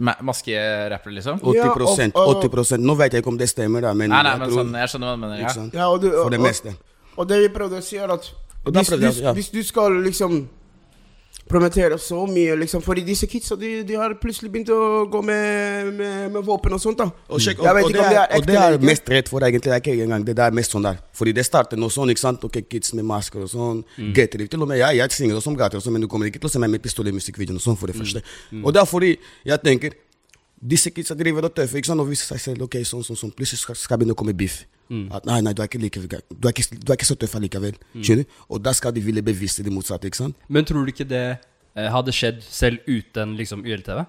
Speaker 3: ma- maskerappere, liksom?
Speaker 4: 80
Speaker 2: Ja, og- og-
Speaker 4: 80 Nå vet jeg ikke om det stemmer, da, men
Speaker 3: Nei, nei,
Speaker 4: jeg
Speaker 3: men
Speaker 4: tror-
Speaker 3: sånn, jeg skjønner hva du mener.
Speaker 4: ikke
Speaker 3: Ja.
Speaker 4: sant?
Speaker 2: Ja, og du,
Speaker 4: For det meste.
Speaker 2: Og, og det vi prøvde å si, er at
Speaker 4: Og da
Speaker 2: hvis,
Speaker 4: prøvde jeg
Speaker 2: du-
Speaker 4: å si, ja.
Speaker 2: hvis du skal liksom promotere så mye, liksom Fordi disse kidsa, de, de har plutselig begynt å gå med, med, med våpen og sånt, da.
Speaker 4: Og, sjekk, og,
Speaker 2: Jeg vet
Speaker 4: og,
Speaker 2: ikke om
Speaker 4: det
Speaker 2: det
Speaker 4: er,
Speaker 2: er
Speaker 4: og
Speaker 2: ekte
Speaker 4: det er
Speaker 2: eller ikke.
Speaker 4: mest redd for egentlig. Det er ikke engang det der mest sånn der. Fordi det starter nå sånn, ikke sant. Ok, kids med masker og sånn. Gater. Til og med jeg, jeg synger også om gater, og sånn, men du kommer ikke til å se meg med pistol i musikkvideoen og sånn, for det første. Og det er fordi jeg tenker disse kidsa driver og tøffer, ikke sant. Og viser seg selv ok, sånn, sånn, sånn. Plutselig skal, skal begynne å komme biff. At nei, nei, du er ikke, like, du er ikke, du er ikke så tøff allikevel. Skjønner du? Og da skal de ville bevise det motsatte, ikke sant.
Speaker 1: *laughs* Men tror du ikke det eh, hadde skjedd selv uten liksom YLTV?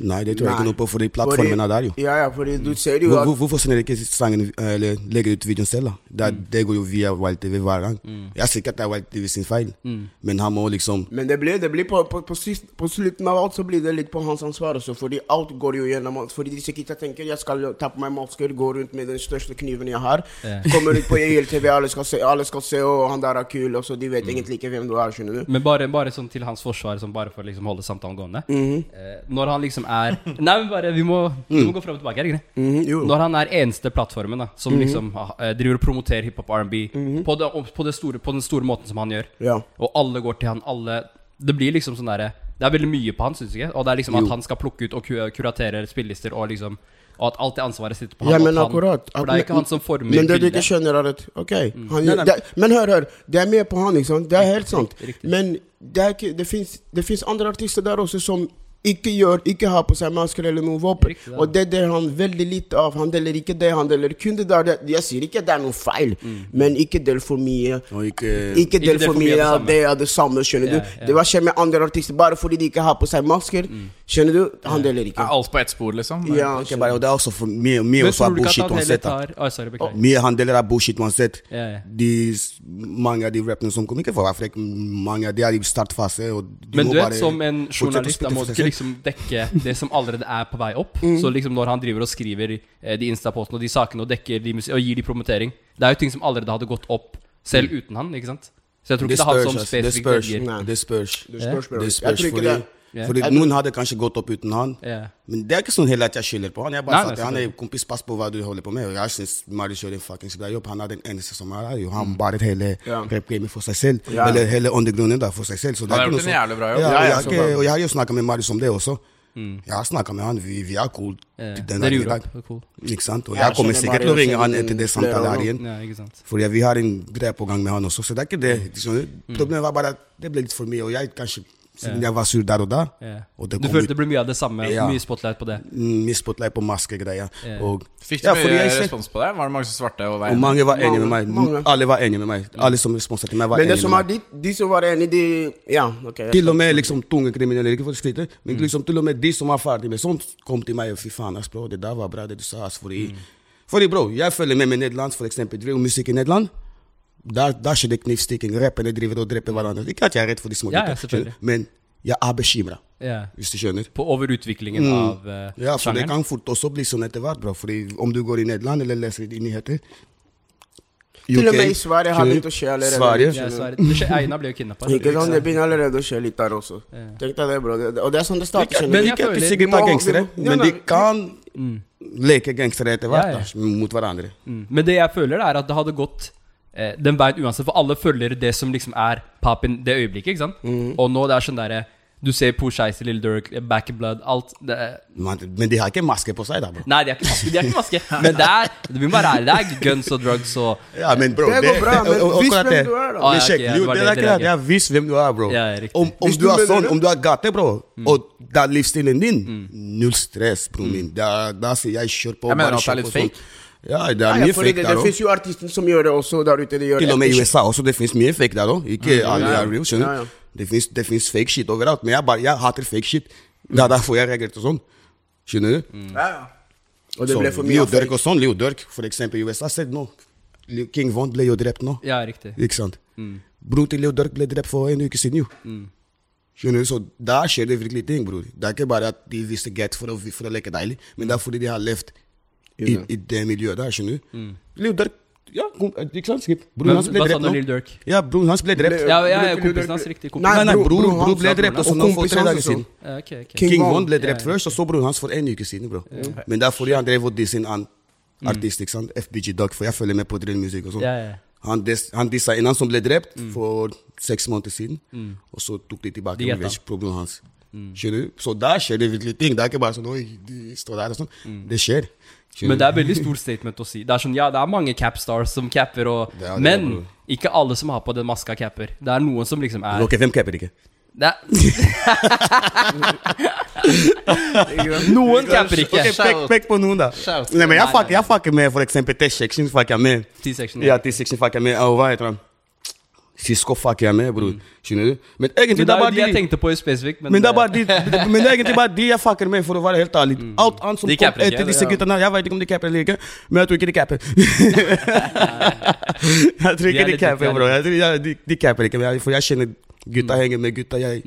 Speaker 4: Nei, det tror jeg
Speaker 2: Nei.
Speaker 4: ikke noe på, fordi plattformen er der, jo.
Speaker 2: Ja, ja, fordi du ser jo
Speaker 4: Hvor,
Speaker 2: at
Speaker 4: hvor, hvorfor sender dere ikke sangen eh, eller legger ut videoen selv? da?
Speaker 1: Mm.
Speaker 4: Det, er- det går jo via YLTV hver gang. Jeg ser ikke at det er YLTV sin feil,
Speaker 1: Mm.
Speaker 4: men han må liksom
Speaker 2: Men det blir, det blir på, på, på, sist, på slutten av alt så blir det litt på hans ansvar også, fordi alt går jo gjennom alt. Fordi disse gutta tenker jeg skal ta på meg masker, gå rundt med den største kniven jeg har.
Speaker 1: Ja.
Speaker 2: *laughs* Kommer ut på ILTV, alle skal se, alle skal se og han der er kul, og så de
Speaker 4: Mm.
Speaker 2: vet egentlig ikke hvem du er, skjønner du.
Speaker 1: Men bare, bare sånn til hans forsvar, sånn bare for å liksom holde samtalen gående.
Speaker 2: Mhm.
Speaker 1: eh, når han liksom er Nei, men bare vi må, vi
Speaker 2: Mm.
Speaker 1: må gå fram og tilbake. Er det ikke det?
Speaker 4: Mm,
Speaker 2: Mhm, jo.
Speaker 1: Når han er eneste plattformen da som
Speaker 2: Mhm.
Speaker 1: liksom ah, eh, driver og promoterer hiphop og R&B på, det- og på, det store- på den store måten som han gjør,
Speaker 2: Ja.
Speaker 1: og alle går til han, alle Det blir liksom sånn derre Det er veldig mye på han, syns du ikke? Og det er liksom at han skal plukke ut og ku- kuratere spillelister, og liksom Og at alt det ansvaret sitter på han.
Speaker 2: Ja,
Speaker 1: og
Speaker 2: men
Speaker 1: at han-
Speaker 2: akkurat.
Speaker 1: For det er jo ikke han som former
Speaker 2: Men det du
Speaker 1: bildet. Mm.
Speaker 2: ikke skjønner, er at Ok, han, gjør- Det, men hør, hør. Det er mye på han, ikke sant? Det er helt sant. Men det, er ikke- det fins- det fins andre artister der også som ikke gjør, ikke har på seg masker eller noe våpen.
Speaker 1: Riktig, ja.
Speaker 2: Og det deler han veldig lite av. Han deler ikke det, han deler kun det der. Det- Jeg sier ikke det er noe feil,
Speaker 1: Mm.
Speaker 2: men ikke del for mye.
Speaker 4: og ikke,
Speaker 2: Ikke del for mye
Speaker 1: det
Speaker 2: av
Speaker 1: samme.
Speaker 2: det er det samme, skjønner
Speaker 1: Ja,
Speaker 2: du.
Speaker 1: ja. Mm.
Speaker 2: Det var skjer med andre artister bare fordi de ikke har på seg masker. Skjønner du? Han deler
Speaker 3: Er
Speaker 2: ikke.
Speaker 3: alt på ett spor, liksom?
Speaker 2: Ja,
Speaker 4: Ok, bare, og Det er også for mye, mye
Speaker 1: Men
Speaker 4: også
Speaker 1: tror
Speaker 4: er
Speaker 1: du ikke
Speaker 4: bullshit
Speaker 1: at han heller
Speaker 4: uansett. da.
Speaker 1: tar Oi, sorry, beklager.
Speaker 4: Mye han deler er bullshit uansett.
Speaker 1: Ja, ja.
Speaker 4: De, s- mange av de rappene som kommer ikke fra Afrika, mange av de er i startfase. Og de
Speaker 1: Men
Speaker 4: må
Speaker 1: du vet,
Speaker 4: bare
Speaker 1: som en
Speaker 4: fortsette å
Speaker 1: journalist, da
Speaker 4: spytte
Speaker 1: må
Speaker 4: for
Speaker 1: du
Speaker 4: seg
Speaker 1: ikke
Speaker 4: selv.
Speaker 1: liksom
Speaker 4: Mm.
Speaker 1: dekke det som allerede er på vei
Speaker 4: *laughs*
Speaker 1: opp. Så liksom når han driver og skriver eh, de Insta-postene og de sakene og dekker de musi- og gir de promotering Det er jo ting som allerede hadde gått opp selv uten han, ikke sant? Så jeg tror
Speaker 4: Mm.
Speaker 1: ikke
Speaker 4: Det
Speaker 1: det er han
Speaker 4: spørs,
Speaker 1: som
Speaker 4: ass. Det
Speaker 1: spesifikt
Speaker 4: spørs.
Speaker 1: velger.
Speaker 2: Nei.
Speaker 4: Det spørs.
Speaker 2: Det spørs, bro.
Speaker 4: Det
Speaker 2: Jeg
Speaker 4: spørs
Speaker 2: tror ikke
Speaker 4: fordi,
Speaker 2: det.
Speaker 1: Ja.
Speaker 4: fordi noen hadde kanskje gått opp uten han.
Speaker 1: Ja.
Speaker 4: Men det er ikke sånn heller at jeg skylder på han. Jeg bare
Speaker 1: Nei,
Speaker 4: sa til
Speaker 1: nei,
Speaker 4: han er kompis, pass på hva du holder på med. Og jeg syns Marius gjør en fuckings bra jobb. Han er den eneste som er her. jo. Han barer hele
Speaker 2: Ja.
Speaker 4: rap-gamet for seg selv.
Speaker 2: Ja.
Speaker 4: Eller hele undergrunnen da, for seg selv. Så det er
Speaker 3: Han har
Speaker 4: ikke
Speaker 3: gjort
Speaker 4: noe
Speaker 3: en
Speaker 4: sånn-
Speaker 3: jævlig bra jobb.
Speaker 4: Ja,
Speaker 2: Ja,
Speaker 4: og
Speaker 2: ja,
Speaker 4: jeg, har
Speaker 2: så
Speaker 4: ikke-
Speaker 2: bra.
Speaker 4: og jeg har jo snakka med Marius om det også. Jeg har snakka med han, vi, vi er cool
Speaker 1: Eh,
Speaker 4: til den dag
Speaker 1: Dere
Speaker 4: i
Speaker 1: gjorde
Speaker 4: dag.
Speaker 1: opp. det er Cool.
Speaker 4: Ikke sant? Og
Speaker 2: Ja,
Speaker 4: jeg kommer
Speaker 2: skjønner
Speaker 4: sikkert til
Speaker 2: bare
Speaker 4: å ringe han
Speaker 2: siden
Speaker 4: etter det
Speaker 2: flere
Speaker 4: samtalen her
Speaker 2: år.
Speaker 4: igjen.
Speaker 1: Ja, ikke sant.
Speaker 4: Fordi vi har en greie på gang med han også, så det er ikke det. Liksom, problemet var bare at det ble litt for mye, og jeg kanskje Siden jeg var sur der og da,
Speaker 1: Ja.
Speaker 4: og det
Speaker 1: Du
Speaker 4: kom
Speaker 1: følte
Speaker 4: ut
Speaker 1: det ble mye av det samme?
Speaker 4: Ja.
Speaker 1: Mye spotlight på det?
Speaker 4: misspotlight på maskegreia. Og,
Speaker 3: Fikk du
Speaker 4: ja, fordi
Speaker 3: mye
Speaker 4: jeg selv-
Speaker 3: respons på det? Var det mange som svarte over
Speaker 4: og
Speaker 3: veien?
Speaker 4: mange var enige med
Speaker 2: Mange,
Speaker 4: meg.
Speaker 2: mange.
Speaker 4: Alle var enige med meg. Alle som responsa til meg, var
Speaker 2: Men det
Speaker 4: enige
Speaker 2: som
Speaker 4: med
Speaker 2: er
Speaker 4: meg.
Speaker 2: de, de som var enige, de Ja, ok. jeg
Speaker 4: Til og med liksom tunge kriminelle, ikke for å skryte,
Speaker 1: Mm.
Speaker 4: men liksom til og med de som var ferdig med sånt, kom til meg og fy faen, ass, bro, det der var bra det du sa, ass, fordi
Speaker 1: Mm.
Speaker 4: Fordi, bro, e jeg følger med med Nederland, for eksempel, driver musikk i Nederland. Der, der skjer det knivstikking, rapperne driver og dreper hverandre. Ikke at jeg er redd for de små
Speaker 1: Ja, ja,
Speaker 4: gutter,
Speaker 1: selvfølgelig.
Speaker 4: skjønner du? men jeg er bekymra,
Speaker 1: Ja.
Speaker 4: hvis du skjønner.
Speaker 1: På overutviklingen av eh,
Speaker 4: Mm. Ja, for det
Speaker 1: sjangeren?
Speaker 4: kan fort også bli sånn etter hvert, bro, fordi om du går i Nederland eller leser i nyheter
Speaker 2: Til og
Speaker 4: UK,
Speaker 2: med i Sverige har
Speaker 4: skjønner du?
Speaker 2: det begynt å skje allerede.
Speaker 4: Sverige.
Speaker 1: Ja, så er det- det skjer- Einar ble jo kidnappa.
Speaker 2: Ikke sant? Det begynner allerede å skje litt der også. Tenk deg det, bro. Det, og det er sånn det starter. skjønner
Speaker 1: men
Speaker 2: du.
Speaker 1: jeg
Speaker 4: Ikke at
Speaker 1: føler-
Speaker 4: de sikkert er
Speaker 2: Nå-
Speaker 4: gangstere,
Speaker 2: vi må-
Speaker 4: men
Speaker 2: Nei,
Speaker 4: de
Speaker 2: nei.
Speaker 4: kan leke gangstere etter hvert
Speaker 1: Ja, ja.
Speaker 4: da, mot hverandre.
Speaker 1: Mm. Men det jeg føler, er at det hadde gått eh, den veien uansett, for alle følger det som liksom er papen det øyeblikket, ikke sant? Og nå det er sånn derre Du ser Pooh Scheisse, Lille Durk, eh, Back in Blood, alt det er,
Speaker 4: Man, men de har ikke maske på seg, da, bro.
Speaker 1: Nei, de er ikke maske, de er ikke maske. men det er Vi må være ærlige, det er guns og drugs og
Speaker 4: Ja, men bro,
Speaker 2: Det går bra, men
Speaker 4: og- og-
Speaker 2: vis
Speaker 4: akkurat
Speaker 2: hvem
Speaker 4: det.
Speaker 2: du er, da.
Speaker 4: Men
Speaker 1: Ah, ja,
Speaker 4: sjekk,
Speaker 1: ok, ja, det
Speaker 4: jo,
Speaker 1: var
Speaker 4: det
Speaker 1: det
Speaker 4: er
Speaker 1: dere
Speaker 4: klart,
Speaker 1: gjør.
Speaker 4: ja, vis hvem du er, bro.
Speaker 1: Ja, riktig.
Speaker 4: om, om
Speaker 2: Hvis
Speaker 4: du
Speaker 2: du
Speaker 4: er
Speaker 2: mener
Speaker 4: sånn,
Speaker 2: det.
Speaker 4: om du er gate, bro, og det er livsstilen din, null stress, bro min. Da, da sier jeg kjør på.
Speaker 3: Jeg
Speaker 4: bare
Speaker 3: mener at det er
Speaker 4: kjør
Speaker 3: litt
Speaker 4: på sånn.
Speaker 3: fake.
Speaker 4: Ja, det er
Speaker 2: Ja,
Speaker 4: mye
Speaker 2: fordi
Speaker 4: fake
Speaker 2: det,
Speaker 4: der
Speaker 2: det
Speaker 4: òg.
Speaker 2: fins jo artister som gjør det også der ute. De gjør
Speaker 4: Til og med i
Speaker 2: etterskjønn.
Speaker 4: USA også, det fins mye fake der òg. Ikke alle er real,
Speaker 2: Ja,
Speaker 4: skjønner
Speaker 2: ja.
Speaker 4: du. Det fins- Det fins fake shit overalt, men jeg, bare, jeg hater fake shit. Det er
Speaker 2: Mm.
Speaker 4: derfor jeg reagerte sånn. Skjønner du?
Speaker 3: Ja, ja.
Speaker 2: Og det
Speaker 4: Så
Speaker 2: ble for mye
Speaker 4: Leo
Speaker 2: av
Speaker 4: Durk
Speaker 2: fake.
Speaker 4: og sånn. Leo Durk, for eksempel i USA, se nå. Leo- King Von ble jo drept nå.
Speaker 1: Ja, riktig.
Speaker 4: Ikke sant?
Speaker 2: Mm.
Speaker 4: Bror til Leo Durk ble drept for en uke siden, jo. Skjønner du? Så der skjer det virkelig ting, bror. Det er ikke bare at de visste get for å, for å leke deilig, men det er fordi de har levd i, i det miljøet der, skjønner du?
Speaker 2: Mm.
Speaker 4: Leo Durk ja, kom- ikke sant, Skip?
Speaker 1: Men
Speaker 4: Broren hans ble
Speaker 1: hva sa
Speaker 4: drept
Speaker 1: du om
Speaker 4: altså, nå.
Speaker 1: Lil Durk?
Speaker 4: Ja, broren hans ble drept.
Speaker 1: Ja, ja, ja
Speaker 2: Bror til Lil Durk
Speaker 1: kompisen hans,
Speaker 2: ble-
Speaker 1: riktig.
Speaker 4: Nei,
Speaker 1: Kompisen.
Speaker 4: nei,
Speaker 2: bror-
Speaker 4: bror,
Speaker 2: bror
Speaker 4: bror
Speaker 2: hans
Speaker 4: ble
Speaker 2: sa broren
Speaker 4: drept, og så
Speaker 2: hans.
Speaker 4: nå
Speaker 2: Og
Speaker 4: for tre
Speaker 2: kompisen
Speaker 4: dager
Speaker 2: hans
Speaker 4: siden.
Speaker 1: Ja, ok, ok.
Speaker 2: King
Speaker 4: King
Speaker 2: Von.
Speaker 4: Von ble drept først, og så broren hans for en uke siden, bro. Men det er fordi han drev og disse en annen artist, ikke sant? FBG Duck, for jeg følger med på drillmusikk og
Speaker 1: Mm.
Speaker 4: sånn.
Speaker 1: Ja, ja.
Speaker 4: Han, dis- han dissa en annen som ble drept for seks måneder siden, og så tok de
Speaker 1: Mm.
Speaker 4: tilbake
Speaker 1: De Mm. gjetta.
Speaker 4: revenge på broren hans. Skjønner du? Så der skjer det virkelig ting. Det er ikke bare sånn Oi, de står der og sånn. Det skjer. Skjønner
Speaker 1: Mm. Men
Speaker 4: du?
Speaker 1: det er veldig stor statement å si. Det er sånn, ja, det er mange capstars som capper, og
Speaker 4: Ja, det er
Speaker 1: Men
Speaker 4: bro.
Speaker 1: ikke alle som har på den maska, capper. Det er noen som liksom er
Speaker 4: Ok, hvem capper ikke? *laughs*
Speaker 1: det er... Noen capper ikke.
Speaker 4: Ok, pek, pek på noen, da.
Speaker 3: Shout.
Speaker 4: Nei, men
Speaker 1: Nei,
Speaker 4: jeg
Speaker 1: nei,
Speaker 4: fucker jeg fucker med for eksempel T-section. fucker jeg med.
Speaker 1: T-section, ja.
Speaker 4: Ja, T-section fucker jeg med. Og hva heter han? Fisko fucker jeg med,
Speaker 1: Mm.
Speaker 4: bror. Skjønner du? Men egentlig
Speaker 1: Men
Speaker 4: det
Speaker 1: det
Speaker 4: er
Speaker 1: er jo
Speaker 4: bare
Speaker 1: de jeg
Speaker 4: de
Speaker 1: tenkte på i spesifikt. Men,
Speaker 4: Men det er bare de Men det er egentlig bare de jeg fucker med, for å være helt ærlig. Alt annet som
Speaker 1: Mm. De
Speaker 4: kom
Speaker 1: capper ikke,
Speaker 4: etter disse
Speaker 1: ja.
Speaker 4: guttene her, Jeg vet ikke om de capper eller ikke, men jeg tror ikke de
Speaker 1: *laughs*
Speaker 4: capper. jeg tror
Speaker 1: De er
Speaker 4: ikke de
Speaker 1: litt
Speaker 4: capper,
Speaker 1: duktige,
Speaker 4: bro. Jeg tror, ja, de, de capper ikke, men jeg, for jeg kjenner gutta henger med gutta jeg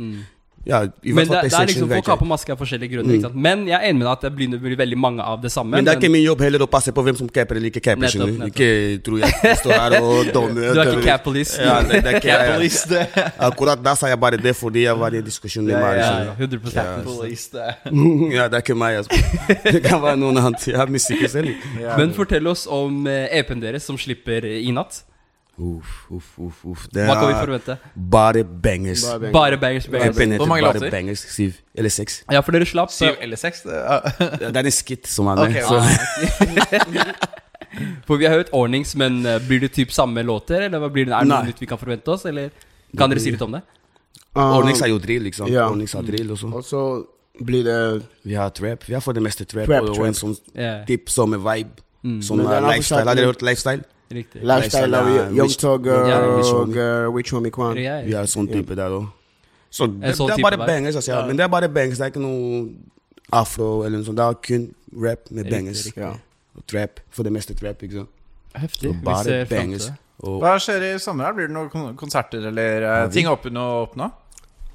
Speaker 4: Ja, i
Speaker 1: Mm. men
Speaker 4: hvert
Speaker 1: det,
Speaker 4: fall
Speaker 1: det er liksom
Speaker 4: T-section.
Speaker 1: Folk
Speaker 4: vet
Speaker 1: har på
Speaker 4: jeg.
Speaker 1: maske av forskjellige grunner. Ikke sant? Men jeg er enig med deg at det begynner å bli veldig mange av det samme.
Speaker 4: Mm. Men det er ikke min jobb heller å passe på hvem som capper eller ikke capper.
Speaker 1: Nettopp,
Speaker 4: skjønner du? Ikke tror jeg står her
Speaker 1: *laughs*
Speaker 4: og dommer.
Speaker 1: Du er ikke cap-police.
Speaker 4: Ja, det, det er ikke jeg.
Speaker 3: Police det.
Speaker 4: Akkurat da sa jeg bare det fordi jeg var i en diskusjon med Marius.
Speaker 1: ja,
Speaker 4: skjønner du?
Speaker 1: ja, 100
Speaker 3: Police det.
Speaker 4: *laughs* ja, det er ikke
Speaker 1: *laughs*
Speaker 4: meg, altså. Det kan være noen annet. Jeg har musikken selv.
Speaker 1: Men fortell oss om eh, EP-en deres som slipper eh, i natt.
Speaker 4: Uff, uff, uff, uff. Det
Speaker 1: Hva kan vi forvente?
Speaker 4: bare bangers.
Speaker 2: Bare bangers.
Speaker 1: Bare bangers,
Speaker 4: Jeg
Speaker 1: bangers.
Speaker 4: peneter
Speaker 3: Hvor mange
Speaker 4: bare
Speaker 3: låter?
Speaker 4: Bangers, Syv eller seks.
Speaker 1: *laughs* Ja, for dere slapp. eh,
Speaker 3: Syv eller seks? det- ah.
Speaker 4: Det er en skit som er
Speaker 3: *laughs* Ok,
Speaker 4: med. så.
Speaker 1: For vi har hørt ordnings, men eh, blir det typ samme låter? Eller hva blir det, er det noe
Speaker 4: Nei.
Speaker 1: nytt vi kan forvente oss? Eller kan dere si litt om det?
Speaker 2: Ah,
Speaker 4: Onyx er jo drill, liksom.
Speaker 2: Ja.
Speaker 4: Onyx er drill og sånn.
Speaker 2: Og så blir det
Speaker 4: Vi har trap. Vi har for det meste trap.
Speaker 2: Trap,
Speaker 4: og
Speaker 2: trap.
Speaker 4: en sånn
Speaker 1: Ja. Mm.
Speaker 4: typ som er vibe. Sånn
Speaker 2: Men
Speaker 4: eh,
Speaker 2: den er
Speaker 4: lifestyle.
Speaker 2: fortsatt-
Speaker 4: Har dere hørt lifestyle?
Speaker 1: Riktig.
Speaker 2: lifestyle av
Speaker 4: Lifestyle,
Speaker 2: Young
Speaker 4: which-
Speaker 2: Tog
Speaker 1: Ja,
Speaker 4: which one?
Speaker 2: og eh, Which Homie Kwan.
Speaker 1: Ja,
Speaker 4: Vi
Speaker 1: ja.
Speaker 4: har sånn type der òg. Så det,
Speaker 1: sånn
Speaker 4: det er
Speaker 1: type
Speaker 4: bare
Speaker 1: vibe.
Speaker 4: bangers. Altså, ja. Men det er bare bangers. Det er ikke noe afro eller noe sånt. Det er kun rap med bangers.
Speaker 2: riktig. Ja.
Speaker 4: Og trap. For det meste trap, ikke sant.
Speaker 1: Heftig.
Speaker 4: Og
Speaker 1: Vi
Speaker 4: bare
Speaker 1: ser frem til
Speaker 4: bangers.
Speaker 1: det.
Speaker 4: Og
Speaker 3: Hva skjer i sommer? da? Blir det noen kon- konserter eller eh, ting åpne og åpne?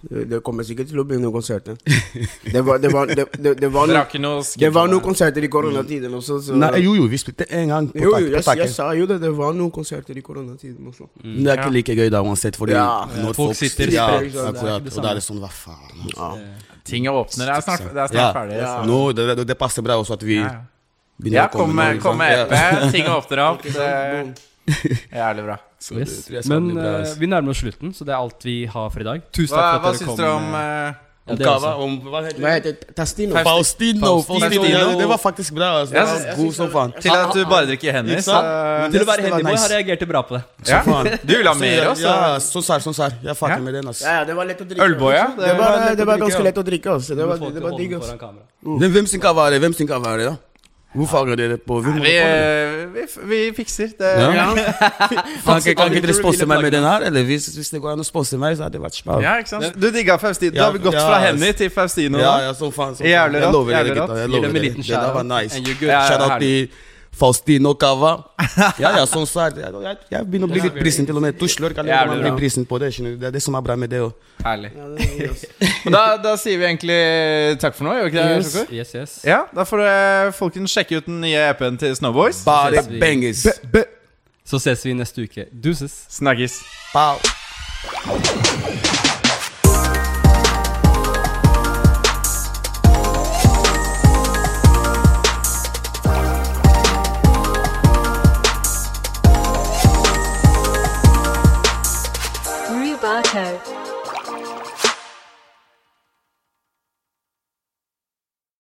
Speaker 2: Det det kommer sikkert til å bli noen *laughs* konserter. Det var, det var, det, det, det var,
Speaker 3: Dere
Speaker 2: no,
Speaker 3: har ikke noe
Speaker 2: det var noen
Speaker 3: på det?
Speaker 2: konserter i koronatiden også. Så.
Speaker 4: Nei, jo, jo, vi spilte en gang på
Speaker 2: jo, jo,
Speaker 4: tak- på
Speaker 2: jeg, jeg
Speaker 4: taket.
Speaker 2: sa jo det. Det var noen konserter i koronatiden også.
Speaker 4: Men Det er ikke like gøy da uansett, fordi
Speaker 2: Ja.
Speaker 4: når
Speaker 1: Mm. Folk sitter
Speaker 4: ja,
Speaker 2: spredt, så det er
Speaker 4: akkurat,
Speaker 1: ikke det
Speaker 4: Og da
Speaker 1: samme.
Speaker 4: er det sånn, hva faen?
Speaker 2: Ja.
Speaker 3: Ting åpner. Det er snart, det er snart
Speaker 4: Ja.
Speaker 3: ferdig. så-
Speaker 4: Nå, det, det, det passer bra også at vi
Speaker 3: Ja, ja.
Speaker 4: begynner
Speaker 3: Ja,
Speaker 4: å
Speaker 3: kom
Speaker 4: komme nå,
Speaker 3: med,
Speaker 4: ikke
Speaker 3: kom med
Speaker 4: sant?
Speaker 3: EP.
Speaker 4: Ja.
Speaker 3: Ting åpner opp. *laughs* Det er jævlig bra.
Speaker 4: Så det
Speaker 1: Yes.
Speaker 4: tror jeg skal
Speaker 1: Men
Speaker 4: bli bra,
Speaker 1: eh,
Speaker 4: altså.
Speaker 1: vi nærmer oss slutten, så det er alt vi har for i dag. Tusen takk
Speaker 3: Hva,
Speaker 1: for
Speaker 3: hva
Speaker 1: at dere
Speaker 3: syns
Speaker 1: kom.
Speaker 3: dere om
Speaker 1: eh,
Speaker 3: eh,
Speaker 1: Ja, det
Speaker 4: Oppgave
Speaker 1: også.
Speaker 4: om Hva heter
Speaker 2: Hva
Speaker 4: det?
Speaker 2: heter det? Tastino?
Speaker 4: Faustino.
Speaker 3: Faustino.
Speaker 4: Faustino. Ja, det var faktisk bra. Altså. Det
Speaker 3: Ja, så-
Speaker 4: var god som faen.
Speaker 3: Til at du bare drikker Henny,
Speaker 4: Ikke
Speaker 3: så
Speaker 4: sant?
Speaker 1: Til å være
Speaker 4: Det var
Speaker 1: handyboy
Speaker 4: nice.
Speaker 1: har jeg reagert bra på det.
Speaker 4: *laughs*
Speaker 3: ja.
Speaker 4: faen.
Speaker 3: Du vil ha mer også?
Speaker 4: Ja, sånn sær, sånn sær. Jeg
Speaker 3: Ja.
Speaker 4: fucker med den, ass.
Speaker 2: Ja, ja, det var lett å drikke. altså.
Speaker 3: Ølboya?
Speaker 2: Det, var,
Speaker 3: lett å
Speaker 2: det var
Speaker 3: drikke,
Speaker 2: ganske
Speaker 3: ja.
Speaker 2: lett å drikke. Altså. Det var,
Speaker 1: Få
Speaker 2: det
Speaker 1: til å
Speaker 2: var
Speaker 1: holde
Speaker 2: digg.
Speaker 1: den
Speaker 2: Altså.
Speaker 1: foran kamera.
Speaker 4: Den, hvem sin kava er det? Hvem sin kava er det, da? Hvor farger dere på? Hvem
Speaker 3: Vi, eh,
Speaker 4: holder på med det?
Speaker 3: vi, vi fikser det.
Speaker 4: Ja.
Speaker 3: Ja.
Speaker 4: Kan ikke- Kan ikke
Speaker 1: Tror du
Speaker 4: dere sponse
Speaker 1: ville
Speaker 4: meg med
Speaker 1: plagge
Speaker 4: den her? Eller hvis, hvis det går an å sponse meg, så hadde det vært smart.
Speaker 3: ikke sant? Du digga Faustino. Du
Speaker 4: Ja,
Speaker 3: har vi gått
Speaker 4: ja,
Speaker 3: fra
Speaker 4: ass.
Speaker 3: Henny til Faustino.
Speaker 4: Ja,
Speaker 3: da.
Speaker 4: ja, som faen. Som
Speaker 3: Jævlig
Speaker 4: faen.
Speaker 3: rått,
Speaker 4: Jeg lover
Speaker 3: jævlig
Speaker 4: dere,
Speaker 3: rått.
Speaker 4: gutta. Jeg
Speaker 1: Gi
Speaker 4: lover
Speaker 1: dem en
Speaker 4: dere.
Speaker 1: liten
Speaker 4: Det der var
Speaker 1: shout-out,
Speaker 4: nice.
Speaker 1: and you're good.
Speaker 4: Ja,
Speaker 1: Ja,
Speaker 4: Shout-out
Speaker 1: herlig.
Speaker 4: til Faustino Cava. Ja, ja, sånn sa jeg. Jeg- jeg- Jeg begynner å bli litt brisen til og med. Tusler kan
Speaker 3: Jævlig
Speaker 4: man bli
Speaker 3: bra.
Speaker 4: brisen på det. skjønner du. Det er det som er bra med det òg.
Speaker 3: Herlig.
Speaker 2: Ja, det var digg, altså.
Speaker 3: Og da, da sier vi egentlig takk for nå, gjør vi ikke det?
Speaker 2: Yes.
Speaker 3: Sjoko?
Speaker 1: Yes, yes.
Speaker 3: Ja, Da får eh, folkens sjekke ut den nye EP-en til Snowboys.
Speaker 4: Bare
Speaker 1: ses vi.
Speaker 4: bangers.
Speaker 1: Så ses vi neste uke. Deuces.
Speaker 3: Snakkes.
Speaker 4: Pow.
Speaker 5: Rubato.